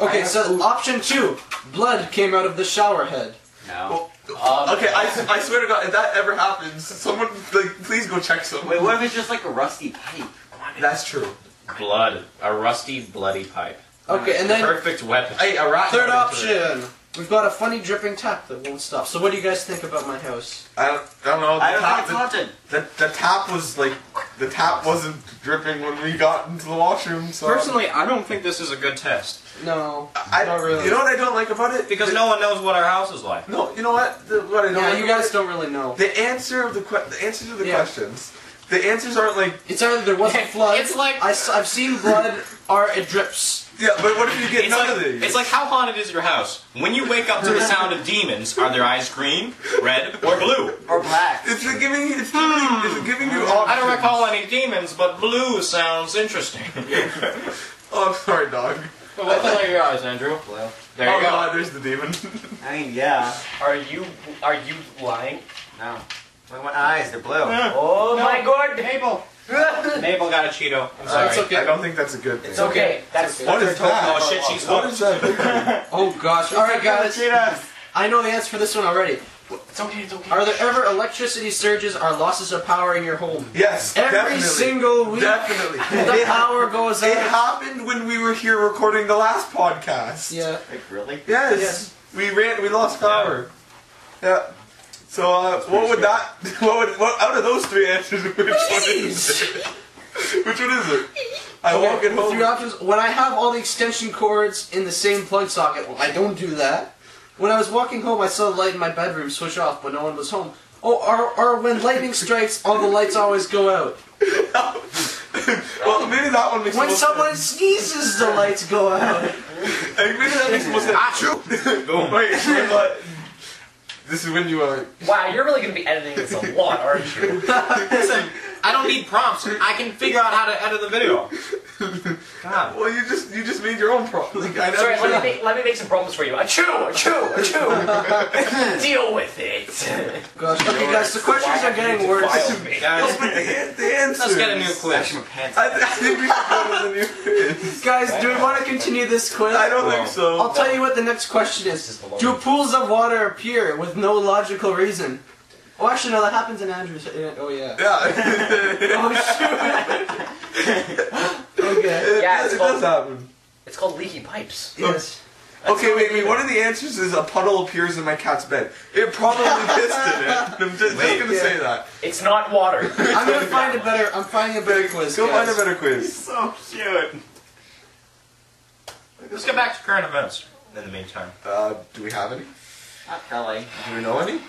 Okay, so option two. Blood came out of the shower head. No. Um, Okay, I, s- I swear to God, if that ever happens, someone like please go check someone. Wait, what if it's just like a rusty pipe? That's true. Blood. A rusty, bloody pipe. Okay, and then Perfect weapon. Hey, a rat. third got into it. option. We've got a funny dripping tap that won't stop. So what do you guys think about my house? I don't, I don't know. The I don't tap, think it's haunted. the, the, the tap was like the tap wasn't dripping when we got into the washroom. So Personally, I don't think this is a good test No, I, not really. You know what I don't like about it? because The- no one knows what our house is like. No, you know what? The, what I don't yeah, like you about guys it? don't really know. The answer of the que- the answers to the Yeah. questions. The answers aren't like It's either there was a flood. [laughs] It's like- I, have seen blood, or it drips. yeah. But what if you get It's none like, of these? it's like how haunted is your house? When you wake up to the sound of demons, are their eyes green, red, or blue? Or black. it's like giving you it's giving, you- it's giving you options. I don't recall any demons, but blue sounds interesting. [laughs] Oh, I'm sorry, dog. what color are your eyes, Andrew? Blue. There you oh go. God, there's the demon. [laughs] I mean, yeah. Are you are you lying? No. My one eyes, they're blue. Oh my god! Mabel. [laughs] it's Mabel got a Cheeto. I'm That's sorry. okay. I don't think that's a good thing. okay. That's What is that? Oh shit, she's What hooked. is that? Oh gosh! All right, guys. Cheetahs. I know the answer for this one already. It's okay. It's okay. Are there ever electricity surges or losses of power in your home? yes, Every definitely. single week, Definitely. the it, ha- power goes it out. happened when we were here recording the last podcast. Yeah. Like, really? Yes. Yes. We ran. We lost power. Yeah. So uh, what would that? [laughs] What would what out of those three answers? Which one is it? Which one is it? I won't get Three home. options. When I have all the extension cords in the same plug socket, well, I don't do that. When I was walking home, I saw the light in my bedroom switch off, but no one was home. Oh, or, or when lightning strikes, all the lights always go out. well, maybe that one makes When more someone sense. [laughs] sneezes, the lights go out. Like, maybe that makes more sense. Ah, Boom. Wait, [laughs] wait, what? This is when you uh. Wow, you're really gonna be editing this a lot, aren't you? Listen, I don't need prompts. I can figure out how to edit the video. God. Well, you just you just made your own problem. Like, I Sorry, never- let me make, let me make some problems for you. Achoo! Achoo! Achoo! Deal with it. Gosh. Okay, guys, the questions are getting worse. File me. Guys, But the, an- the let's answers. get a new quiz. Actually, my pants. I, th- I think we should go with the new quiz. Guys, do we want to continue this quiz? I don't think Well, so. I'll tell you what the next question is. This is the lowest. Do pools of water appear with no logical reason? Oh, actually, no, that happens in Andrew's. in- Oh, [laughs] yeah. yeah. [laughs] Oh, shoot. okay. It, Yeah, does- it's it called- does happen. It's called leaky pipes. Yes. okay, wait, wait. One of the answers is a puddle appears in my cat's bed. It probably pissed in it. I'm just, just gonna Yeah. say that. It's not water. I'm gonna find a better. I'm finding a better quiz. Go guys. find a better quiz. So cute. Let's get back to current events in the meantime. [laughs] Uh, do we have any? Not really. Do we know any?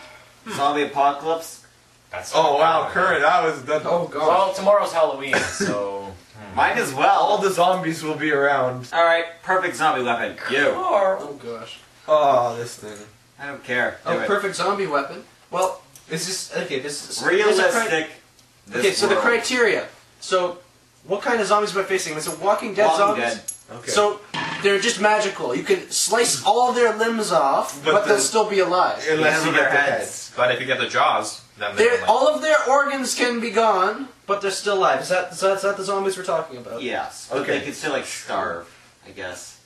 Zombie apocalypse. That's Oh wow, current. That was that. Oh god. Well, tomorrow's Halloween, so. Might as All well. the zombies will be around. All right, perfect zombie weapon. You. Carl. Oh gosh. Oh, this thing. I don't care. Do Oh, it. perfect zombie weapon. Well, is this okay? This is there's a cri- Realistic. This okay, so the world. criteria. So, what kind of zombies am I facing? It's a Walking Dead Walking zombies. Dead. Okay. So they're just magical. You can slice all their limbs off, but, But they'll the- still be alive. unless Remember you get the their heads. heads. But if you get the jaws, then they They're, all of their organs can be gone, but they're still alive. Is that, is that, is that the zombies we're talking about? Yes, but Okay. they can still like starve, I guess.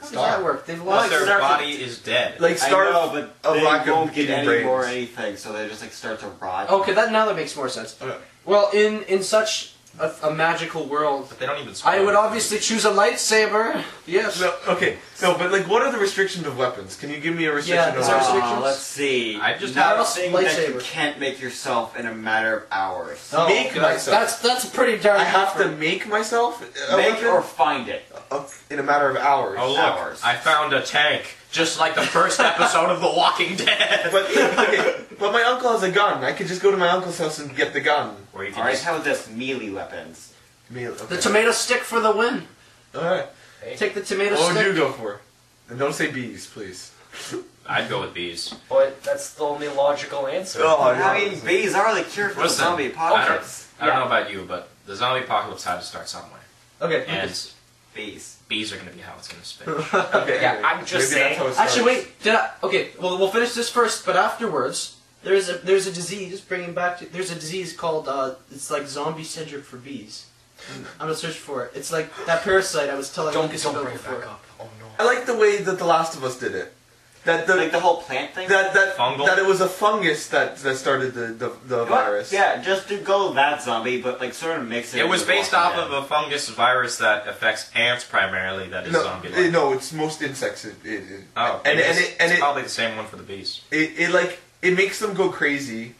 How does that work? They've But lost their Starve. body is dead. Like starve I know, but a they lack of won't get human any brains. more anything, so they just like start to rot. Okay, that now that makes more sense. Okay. Well, in in such a, a magical world, But they don't even smell. I would obviously choose a lightsaber. Yes. No, okay. No, but like, what are the restrictions of weapons? Can you give me a restriction Yeah, of is there Uh, weapons? restrictions? let's see. I just have- nothing that you Lightsaber. can't make yourself in a matter of hours. Oh, make God. myself. That's that's pretty darn. I have to effort. make myself a Make weapon or find it. Uh, in a matter of hours. Oh look, Hours. I found a tank. Just like the first episode of The Walking [laughs] Dead. But [laughs] okay, but my uncle has a gun. I could just go to my uncle's house and get the gun. Or you can Alright, just how about this? Melee weapons. Meal. Okay. The tomato stick for the win. All right. Take the tomato What would stick. Oh, you go for? And don't say bees, please. I'd go with bees. But that's the only logical answer. Oh, Oh, I mean, bees are the cure for Listen, the zombie apocalypse. I don't know about you, but the zombie apocalypse had to start somewhere. Okay. [laughs] And Bees. bees are going to be how it's going to [laughs] spin. okay. Yeah, I'm just Maybe that's saying. how it starts. Actually, wait. Did I? Okay. Well, we'll finish this first, but afterwards, there's a there's a disease. Bringing back to there's a disease called uh, it's like zombie centric for bees. I'm gonna search for it. It's like that parasite I was telling Don't, you don't about bring it before. back up. Oh no. I like the way that The Last of Us did it. That the Like the whole plant thing? that that Fungal? that it was a fungus that that started the the, the What? virus. Yeah, just do go that zombie, but like sort of mix it. It in was with based off Walking of a fungus virus that affects ants primarily that is No, zombie eh, no, it's most insects. It, it, it- Oh, and maybe and it's, it and it's it, probably the same one for the bees. it, it like it makes them go crazy. Dead.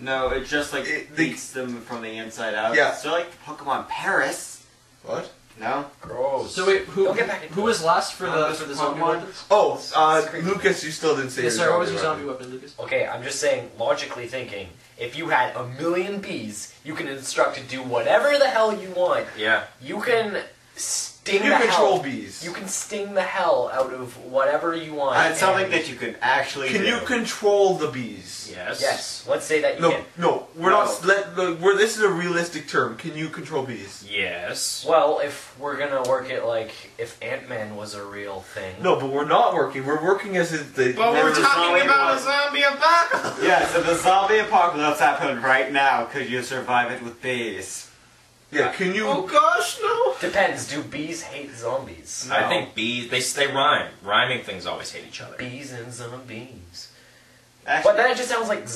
No, it just like It- they- beats them from the inside out. Yeah. So like Pokemon Paris. What? No. Gross. So wait, who Don't get back into who it. was last for the for the zombie Pokemon? weapons? Oh, uh, Scream. Lucas, you still didn't say. Yes, your sir. What was your zombie zombie weapon. weapon, Lucas? Okay, I'm just saying, logically thinking, if you had a million bees, you can instruct to do whatever the hell you want. Yeah. You can sting You the control hell. bees. You can sting the hell out of whatever you want. That's something and- that you can actually Can do. you control the bees? Yes. Yes, let's say that you No, can. no, we're No. not. Let, look, we're, this is a realistic term. Can you control bees? Yes. Well, if we're gonna work it like if Ant Man was a real thing. No, but we're not working. We're working as if the. But we're Never talking zombie about one. a zombie apocalypse. Yeah, so the zombie apocalypse happened right now. Could you survive it with bees? yeah, can you? Oh gosh, no. Depends. Do bees hate zombies? I think bees, they, they rhyme. Rhyming things always hate each other. Bees and zombies. Actually, But then it just sounds like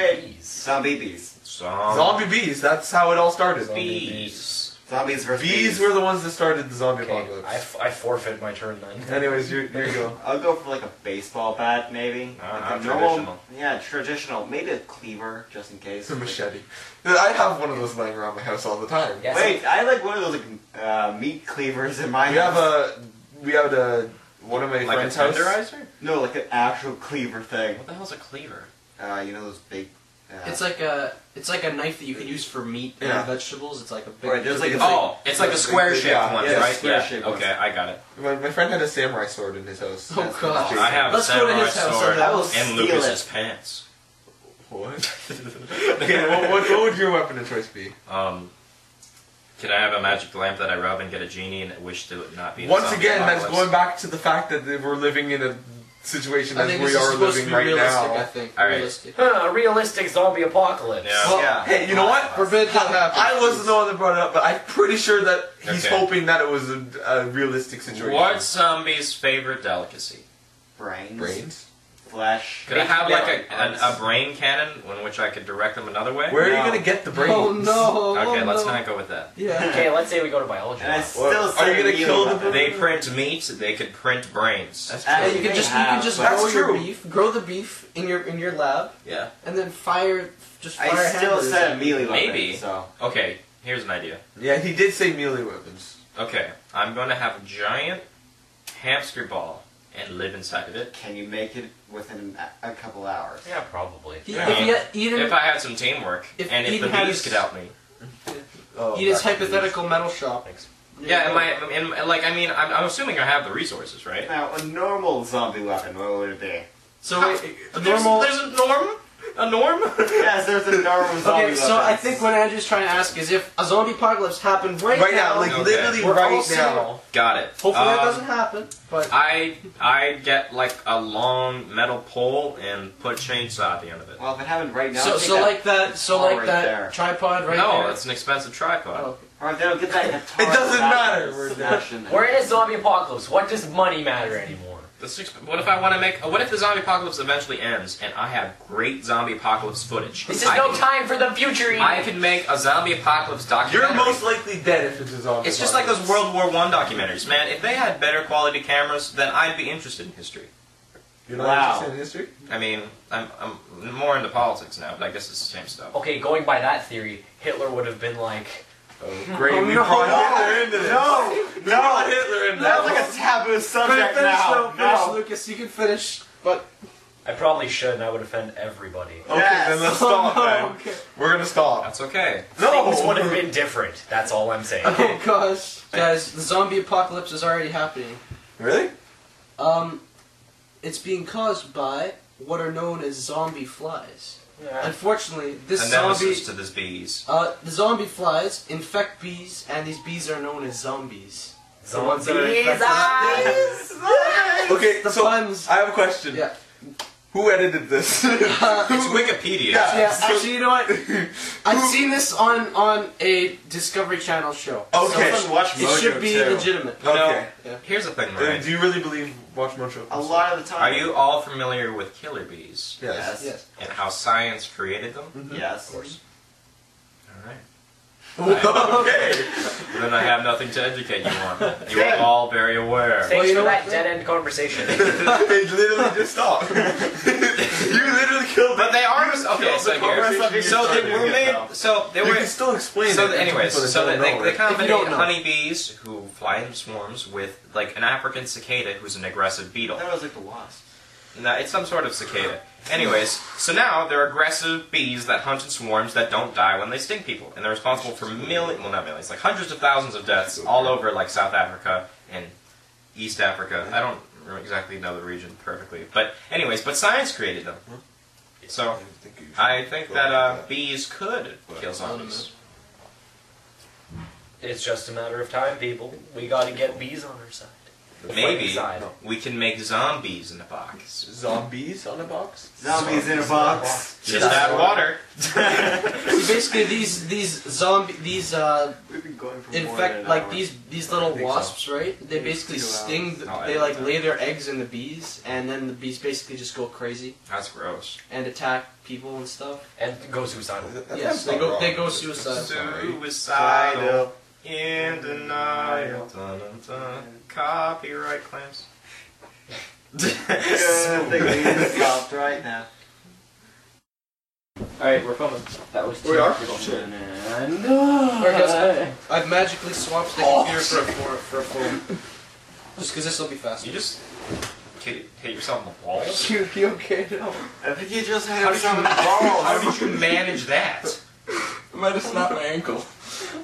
zombies. zombie bees. Zom- zombie bees. That's how it all started. Bees. Zombies versus Bees were the ones that started the zombie Okay, I, apocalypse. f- I forfeit my turn then. Anyways, you there you go. I'll go for like a baseball bat, maybe. Uh, Ah, like ah, a normal- traditional. Yeah, traditional. Maybe a cleaver, just in case. It's a machete. I have one of those laying around my house all the time. Yes. Wait, I like one of those like uh, meat cleavers in my We have house. a we have a one of my Like a friends' house. tenderizer? no, like an actual cleaver thing. What the hell's a cleaver? Uh, you know those big. Uh, It's like a it's like a knife that you can use for meat and Yeah. vegetables. It's like a big. Right, there's like a- Oh, it's like the square shaped Yeah, ones, yeah, right? square-shaped yeah. Okay, I got it. My, my friend had a samurai sword in his house. Oh, That's- God. that's I have a Let's go to samurai his house sword and I will and steal Lucas's it. pants. What? [laughs] okay, what, what, what would your weapon of choice be? Um, can I have a magic lamp that I rub and get a genie and wish to not be? a Once zombie again, that's apocalypse? going back to the fact that we're living in a situation I as think we this is are supposed to living be right realistic. I now. think All right. realistic. [laughs] Huh, a realistic zombie apocalypse. Yeah. Well, Oh, Yeah. hey, you know what? Forbid that happen. I wasn't the one that brought it up, but I'm pretty sure that he's Okay. hoping that it was a, a realistic situation. What's zombie's favorite delicacy? brains, Brains? flesh. Could I have like a, Yeah. a, a brain cannon in which I could direct them another way? Where are No. you gonna get the brains? Oh no! okay, oh, let's no. not go with that. Yeah. Okay, let's say we go to biology. And I lab. still What? say Are you gonna meat kill the weapon. They print meat, they could print brains. That's And true. you can they just you have- can just That's grow your true. beef, grow the beef in your in your lab, Yeah. and then fire just fire I still hammers said at melee weapon. Maybe. So Okay, here's an idea. Yeah, he did say melee weapons. Okay, I'm going to have a giant hamster ball and live inside of it. can you make it within a, a couple hours? yeah, probably. He, Yeah. If he had Eden, If I had some teamwork, If and if Eden the had bees his- could help me. Oh, Eden's back to hypothetical metal shop. Yeah, and my, and, and, like, I mean, I'm, I'm assuming I have the resources, right? Now, a normal zombie weapon, what would it be? So wait, a There's, normal. there's a norm? A norm? yes, there's a normal zombie Okay, so weapon. I think what Andrew's trying to ask is if a zombie apocalypse happened right, bees. Right now, like Okay. literally We're all right seeing now. [laughs] got it. hopefully that Um, doesn't happen. But I I get like a long metal pole and put a chainsaw at the end of it. Well, if it happened right now, so I think so that- like that so all like right that there. tripod right no, there. it's an expensive tripod. Oh, All right, then I'll get [laughs] that guitar. It doesn't back matter, and we're smash in there. We're in a zombie apocalypse. What does money matter anymore? That's exp- what if I want to make? What if the zombie apocalypse eventually ends and I have great zombie apocalypse footage? This is I no can, time for the future. Ian. I can make a zombie apocalypse documentary. You're most likely dead if it's a zombie. It's just like those World War One documentaries, man. If they had better quality cameras, then I'd be interested in history. You're not Wow. interested in history? I mean, I'm, I'm more into politics now, but I guess it's the same stuff. Okay, going by that theory, Hitler would have been like, Oh, great. we brought Hitler into this. No, Brought no, Hitler into that's this. like a [laughs] taboo Finish, subject finish, Oh, though, now. finish, No. Lucas. You can finish. I probably should, and I would offend everybody. Okay, [laughs] then let's Oh, stop, man. We're gonna stop. That's okay. Things would have been different. That's all I'm saying. [laughs] Oh gosh, guys, the zombie apocalypse is already happening. Really? Um, it's being caused by what are known as zombie flies. Yeah. Unfortunately, this zombie Analysis to this bees. uh, the zombie flies infect bees, and these bees are known as zombies. The ones that are Zombie. infected- Okay, The so puns. I have a [laughs] question. Yeah. Who edited this? It's [laughs] Wikipedia. Yeah. Yeah, actually, you know what? I've seen this on on a Discovery Channel show. So Okay. Watch it should be too. legitimate. okay. Here's the thing, Uh, right? do you really believe Watch Mojo? A [laughs] lot of the Are time. you all familiar with killer bees Yes. Yes. Yes. and how science created them? Yes. All right. Mm-hmm. Then I have nothing to educate you [laughs] on. You are all very aware. Thanks Well, you for know that what? dead end conversation. it literally just [laughs] stopped. you literally killed But they are okay. So here, so they were made. So they You were. can still explain So it. the, anyways, People that so don't that they, know they it. don't combinate know. honeybees who fly in swarms with like an African cicada who's an aggressive beetle. That was like the wasp. No, it's some sort of cicada. Anyways, so now they're aggressive bees that hunt in swarms that don't die when they sting people, and they're responsible for million, well not millions, like hundreds of thousands of deaths all over like South Africa and East Africa. I don't re- exactly know the region perfectly, but anyways, but science created them. So I think that uh, bees could kill zombies. it's just a matter of time, people. We gotta get bees on our side. The fighting Maybe side. we can make zombies in a box. zombies on a box. Zombies in a box. Just add water. [laughs] Basically, these these zombie these uh, We've been going for more than infect an like hour. these these little think so. wasps, right? They Maybe basically two hours. sting. The, No, I they don't like know. lay their eggs in the bees, and then the bees basically just go crazy [laughs] That's gross. and attack people and stuff. And go suicidal. That- yes, that's they not go wrong. they go It's- it's suicide. sorry. Suicidal. In denial. Dun, dun, dun. Copyright [laughs] claims. Good thing we even stopped right now. All right, we're filming. That was We are? And Alright, guys, I've magically swapped the computer for a for, for a phone. Just because this will be faster. You just hit, hit yourself in the balls? You, you okay now? I think you just How had did you, [laughs] some. how did you manage [laughs] that? I might have snapped my [laughs] ankle.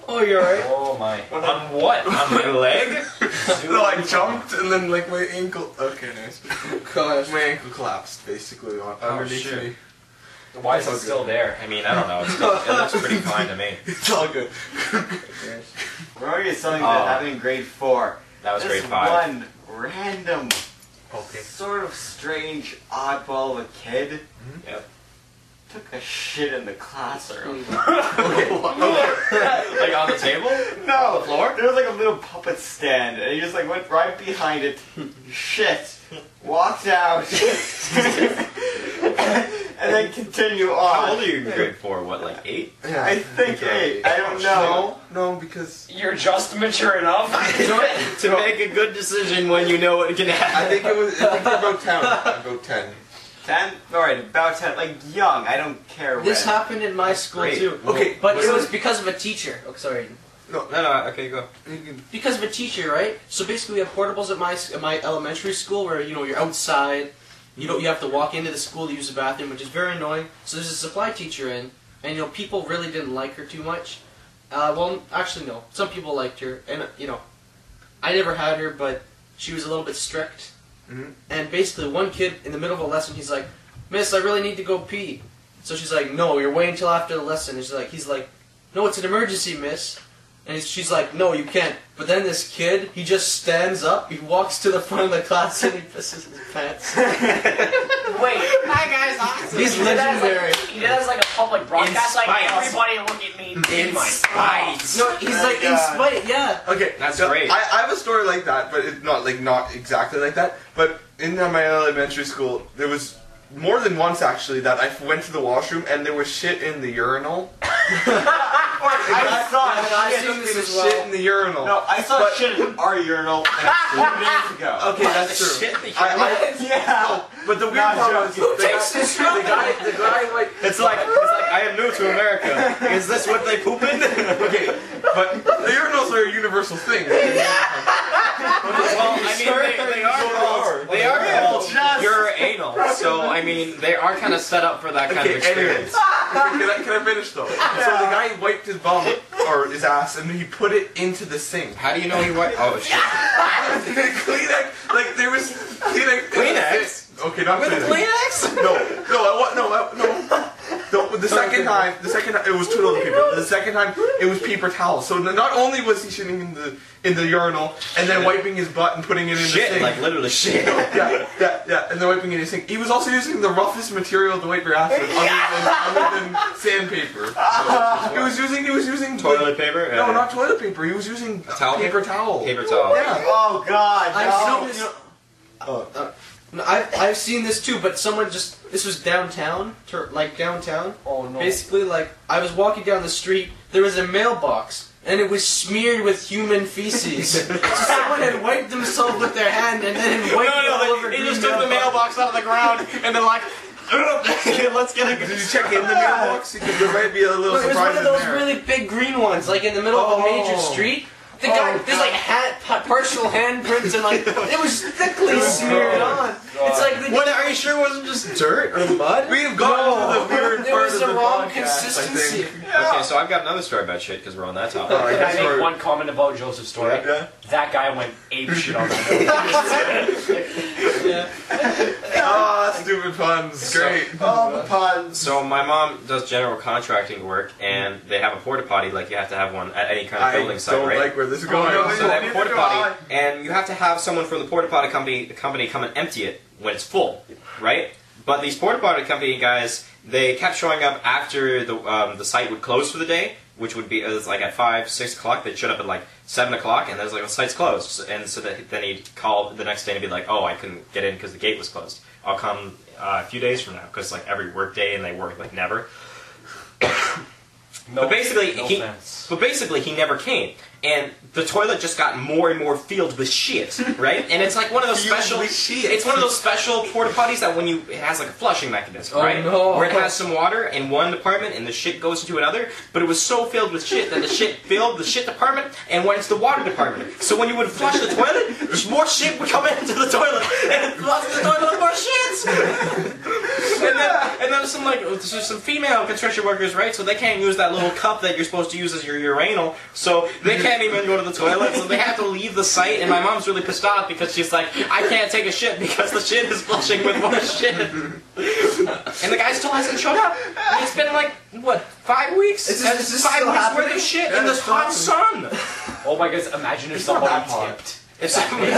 Oh, you're alright. Oh [laughs] my. On what? On my leg? No, I jumped and then like my ankle. Okay, nice. Gosh. My ankle collapsed basically on Oh, underneath shit. me. [laughs] Why is it That's still [laughs] there? I mean, I don't know. It's, it looks pretty fine to me. It's all good. [laughs] We're already something Oh. that happened in grade four. That was this grade five. one random, Okay. sort of strange, oddball of a kid Yep. took a shit in the classroom. [laughs] Like on the table? No, floor? there was like a little puppet stand, and he just like went right behind it, shit, walked out, [laughs] and then continue How old on. are you in grade four? What, like eight? Yeah. I think eight. I don't know. No, no, because You're just mature [laughs] enough. to make a good decision when you know what can happen. I think it was I think about ten. About ten. Ten? Alright, about ten. Like young. I don't care This when. happened in my school great. too. Okay, But was it it- was because of a teacher. Oh, sorry. No, no, okay, go. You can- Because of a teacher, right? So basically, we have portables at my at my elementary school where you know you're outside, you know you have to walk into the school to use the bathroom, which is very annoying. So there's a supply teacher in, and you know people really didn't like her too much. Uh, well, actually no, some people liked her, and uh, you know, I never had her, but she was a little bit strict. Mhm. And basically, one kid in the middle of a lesson, he's like, "Miss, I really need to go pee." So she's like, "No, you're waiting till after the lesson." And she's like, "He's like, no, it's an emergency, Miss." And he's- she's like, no, you can't. But then this kid, he just stands up, he walks to the front of the class, and he pisses his pants. Wait. He's legendary. He does like a public broadcast, like spite. everybody look at me. In my Spies! No, he's like, in spite, yeah. Okay, That's so great. I, I have a story like that, but it's not like not exactly like that. But in my elementary school, there was more than once actually that I went to the washroom and there was shit in the urinal. I Yeah, but saw I've shit. seen this There as was well. Shit in the urinal. No, I saw But- shit in our urinal like [laughs] two days ago. Okay, that's true. I, I, Yeah. but the weird Nah, part Joe, was the guy, the guy, the guy, like It's like, it's like I am new to [laughs] America. Is this what they poop in? Okay, but the urinals are a universal thing. Well, I mean, they, they are called, they are called your anal, so I mean, they are kind of set up for that kind Okay, of experience. [laughs] can, I, can I finish though? So the guy wiped his bum or his ass, and he put it into the sink. How do you know he wiped? Oh shit! [laughs] Kleenex, like there was Kleenex. Kleenex? Okay, not Kleenex. Kleenex? No, no, I, wa- no, I, no. No, the second time, the second it was two toilet paper. The second time it was paper towels. So n- not only was he shitting in the in the urinal and then wiping his butt and putting it in the Shit, sink. like literally shit. yeah, yeah, yeah, and then wiping it in the sink. He was also using the roughest material to wipe your ass with, other than, other [laughs] than sandpaper. He was using, he was using [laughs] Toilet paper? No, Uh, not toilet paper. He was using towel paper paper? towel. Paper towel. Yeah. Oh God! I've no. seen this. Uh, no, I've, I've seen this too, but someone just this was downtown, tur like downtown. Oh no. Basically, like I was walking down the street, there was a mailbox, and it was smeared with human feces. so someone had wiped themselves with their hand, and then it wiped all over. he green just took the mailbox out of the ground and then like, [laughs] let's get a. Did you check in the mailbox? Because there might be a little But it was one of surprise in those there. really big green ones, like in the middle of a major Oh. street. The guy, there's like hat, pa- partial handprints, and [laughs] like it was thickly Oh, smeared on. It's like the What are you sure it wasn't just dirt or mud? We've gone to the weird There part was of the the wrong podcast, consistency. I think. Okay, so I've got another story about shit because we're on that topic. Oh, I Can I guess make we're- one comment about Joseph's story? Yeah. That guy went ape shit on that. Ah, stupid puns. Great. Oh, All the puns. So my mom does general contracting work, and they have a porta potty. Like you have to have one at any kind of I building don't site, right? like where this is going. so they have Neither a porta do potty, and you have to have someone from the porta potty company company come and empty it when it's full, right? But these porta potty company guys, they kept showing up after the um, the site would close for the day, which would be it was like at five, six o'clock. They'd showed up at like seven o'clock, and there's like the site's closed, So- and so that, then he'd call the next day and be like, "Oh, I couldn't get in because the gate was closed. I'll come uh, a few days from now because like every work day, and they work like never." No, But basically, no he- offense. But basically, he never came, and the toilet just got more and more filled with [laughs] shit, right? And it's like one of those special. It's one of those special porta potties that when you it has like a flushing mechanism, Oh, right? no. Where it has some water in one department and the shit goes into another. But it was so filled with shit that the shit [laughs] filled the shit department and went into the water department. So when you would flush the toilet, more shit would come into the toilet and it flushed the toilet with more shit. and then and then some like so some female construction workers, right? So they can't use that little cup that you're supposed to use as your urinal. So they can't even go to the toilet. So they have to leave the site. And my mom's really pissed off because she's like, I can't take a shit because the shit is flushing with more shit. and the guy still hasn't showed up. And it's been like what five weeks? Is this- And is this five still weeks worth happening? of shit Yeah, in this it's hot still sun. Oh my goodness, imagine if someone tipped. If [laughs] someone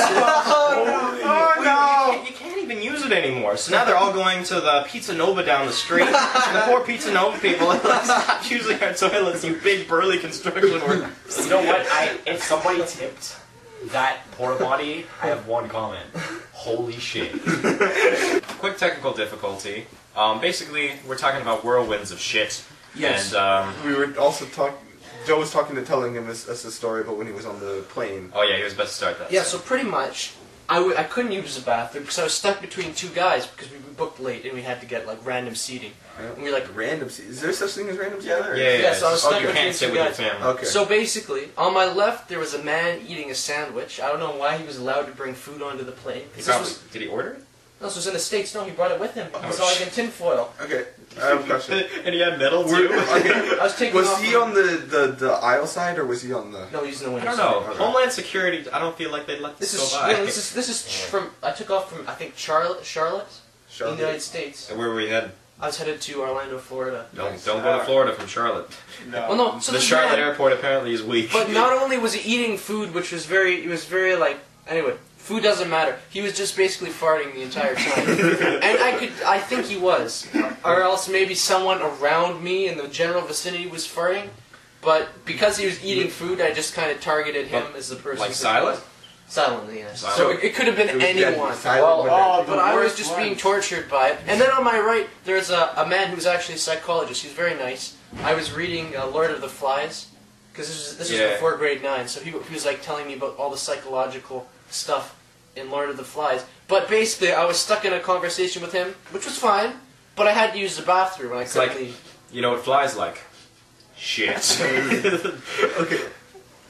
Oh You can't, you can't even use it anymore. So now they're all going to the Pizza Nova down the [laughs] street. and the poor Pizza Nova people [laughs] are like, stop using our toilets, you big burly construction worker. You know what? I if somebody tipped that porta potty, I have one comment. Holy shit. Quick technical difficulty. Um, basically, we're talking about whirlwinds of shit. Yes. And, um, We were also talking. Joe was talking to telling him us us a story about when he was on the plane. oh yeah, he was about to start that. Yeah, so pretty much, I w- I couldn't use the bathroom because I was stuck between two guys because we we booked late and we had to get like random seating. And we were like, Random. se- Is there such thing as random? Yeah. Yeah, There? yeah, Yeah, yeah. so I was oh, stuck you between can't sit two with your guys. Oh, family. Okay. so basically, on my left there was a man eating a sandwich. I don't know why he was allowed to bring food onto the plane. 'cause He This probably, was, did he order it? no, this was in the states. No, he brought it with him. It was Oh, all like in tinfoil. okay. I have a question. [laughs] and he had metal Were- too? okay. I was taking. Was off he on the, the the aisle side or was he on the? No, he's in [laughs] the I window. don't know. Okay. Homeland Security, I don't feel like they let this, This is go no, by. this is this is ch- from I took off from I think Charlotte, Charlotte, in the United States. [laughs] Where were we headed? I was headed to Orlando, Florida. Don't, don't go to Florida from Charlotte. Well, no, so the this Charlotte man- airport apparently is weak. But [laughs] not only was he eating food, which was very, it was very like, anyway, food doesn't matter. He was just basically farting the entire [laughs] time, and I could, I think he was, or else maybe someone around me in the general vicinity was farting. But because he was eating food, I just kind of targeted him as the person. like who- silent? silently, yeah. Silent. So it, it could have It been was dead. anyone. Silent Well, with oh, it. But I was just being tortured by it. And then on my right, there's a, a man who's actually a psychologist. He's very nice. I was reading uh, Lord of the Flies, because this was, this was Yeah. before grade 9, so he, he was like telling me about all the psychological stuff in Lord of the Flies. But basically, I was stuck in a conversation with him, which was fine, but I had to use the bathroom and I couldn't like- leave. You know what flies like? Shit. Okay.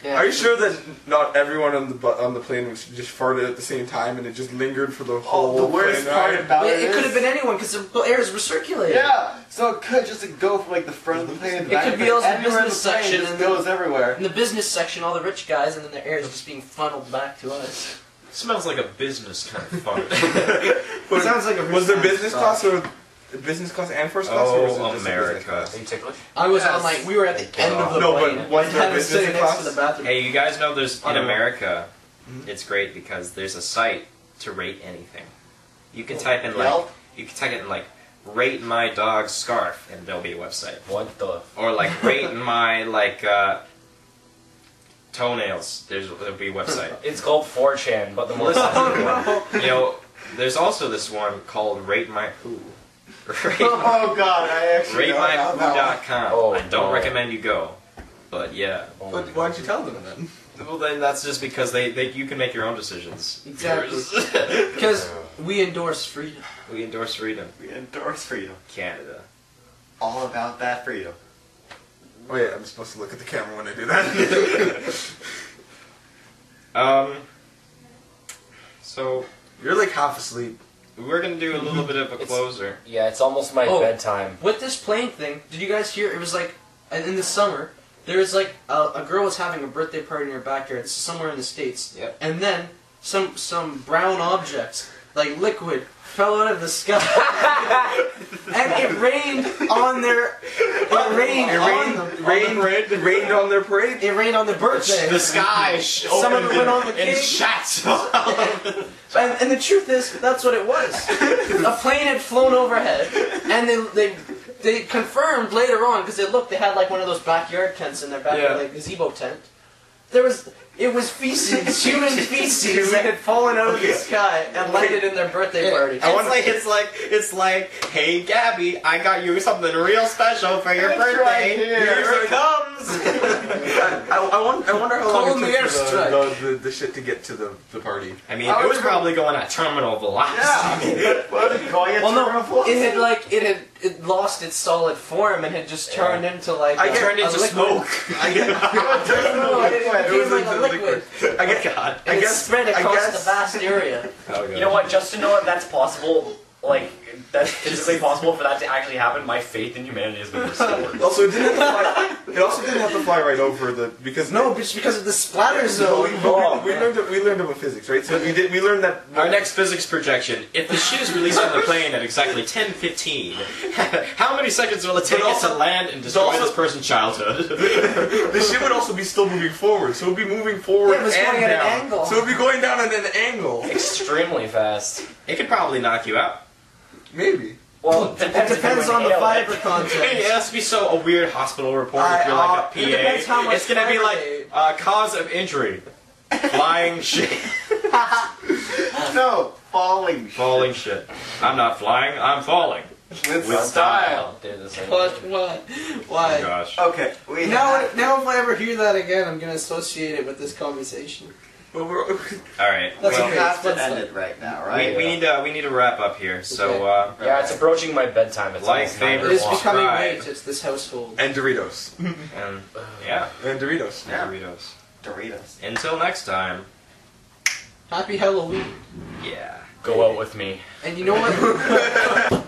Yeah. Are you sure that not everyone on the bu- on the plane was just farted at the same time and it just lingered for the whole? Oh, the worst plane part ride? about It, it, it is- could have been anyone because the air is recirculating. Yeah, so it could just go from like the front of the plane. to the It back could of the be also plane. Everywhere business the plane section just and- goes everywhere. In the business section, all the rich guys, and then their air is just being funneled back to us. [laughs] Smells like a business kind of fart. Was, sounds like a was there response business thought. class or business class and first class? or was it oh, just a business America. class? Are you ticklish? I was Yes. on like we were at the end of the No, plane. but was I there was business sitting next to class? the bathroom. Hey, you guys know there's in don't know. America, it's great because there's a site to rate anything. You can type in like [laughs] Yelp? you can type in like rate my dog's scarf and there'll be a website What the? or like rate my like uh, toenails. There's there'll be a website. It's called 4chan, but the more sensitive one. you know, there's also this one called rate my poo. [laughs] [laughs] Rate my- Oh god, I actually know about that one. RateMyPoo.com. Oh, I don't no. recommend you go, but yeah. Oh my But why don't you tell them then? Well, then that's just because they, they you can make your own decisions. Exactly. Because we endorse freedom. [laughs] We endorse freedom, We endorse freedom. Canada. All about that freedom. Wait, Oh, I'm supposed to look at the camera when I do that. [laughs] Um. So You're like half asleep. we're gonna do a little [laughs] bit of a It's- closer. Yeah, it's almost my Oh. bedtime. With this plane thing, did you guys hear? It was like in in the summer. There was like a, a girl was having a birthday party in her backyard somewhere in the states. Yep. And then some some brown objects like liquid fell out of the sky, [laughs] and it rained on their. It rained, It on rained, them. rained, rained, on their [laughs] parade. It rained on their birthday. The sky sh- Some of opened it went on the and cake. shut. And, and the truth is, that's what it was. a plane had flown overhead, and they they they confirmed later on because they looked. They had like one of those backyard tents in their backyard, Yeah. like gazebo tent. There was it was [laughs] feces, human feces that had fallen out of the [laughs] sky and landed in their birthday party. [laughs] It's like it's like it's like, hey Gabby, I got you something real special for your birthday. Here it comes. I, I, I, won- I wonder how Call long them it took the for the, the, the, the shit to get to the, the party. I [laughs] mean, it was probably going at terminal [laughs] velocity. What are going at Well, terminal no, velocity? it had like it had it lost its solid form and had just turned into like I a- turned a into liquid. Oh, smoke. I [laughs] guess. No, no, it, [laughs] It was became like a into liquid. liquid. I guess. God. And I it guess- spread I across guess- the vast area. Oh, God. You know what? Just to know that that's possible, like that's physically possible for that to actually happen, my faith in humanity has been restored. Also, it didn't have to fly. It also didn't have to fly right over the because No, [laughs] just because of the splatter [laughs] So we, zone. we, Oh, we learned we learned about physics, right? So we did we learned that Our next physics projection: If the shit is released from the plane at exactly 10:15, [laughs] how many seconds will it take us to land and destroy also- this person's childhood? [laughs] the ship would also be still moving forward, so it would be moving forward Yeah, it was and going at an down. angle. So it would be going down at an angle. [laughs] Extremely fast. it could probably knock you out. Maybe. Well, it It depends, if you depends on the inhale it. fiber Hey, content. it has to be so a weird hospital report. I- if you're uh, like a PA, it depends how much it's gonna be fire like they- uh, cause of injury, [laughs] flying shit, No, falling. falling shit. I'm not flying. I'm falling. With With style. Did the same What? thing. What? Oh my Why? gosh. Okay, we Now, have- now, if I ever hear that again, I'm gonna associate it with this conversation. But we're, [laughs] All right. That's we okay. have to That's end fine. it right now, We, right? we need to we need to wrap up here. So uh, Yeah, it's approaching my bedtime. It's Like, almost nine It favorite is o'clock. walk. becoming Right. late. It's this household. and Doritos uh, and yeah, and Doritos. Yeah. Doritos. Doritos. Until next time. Happy Halloween. Yeah. Go out with me. [laughs] And you know what?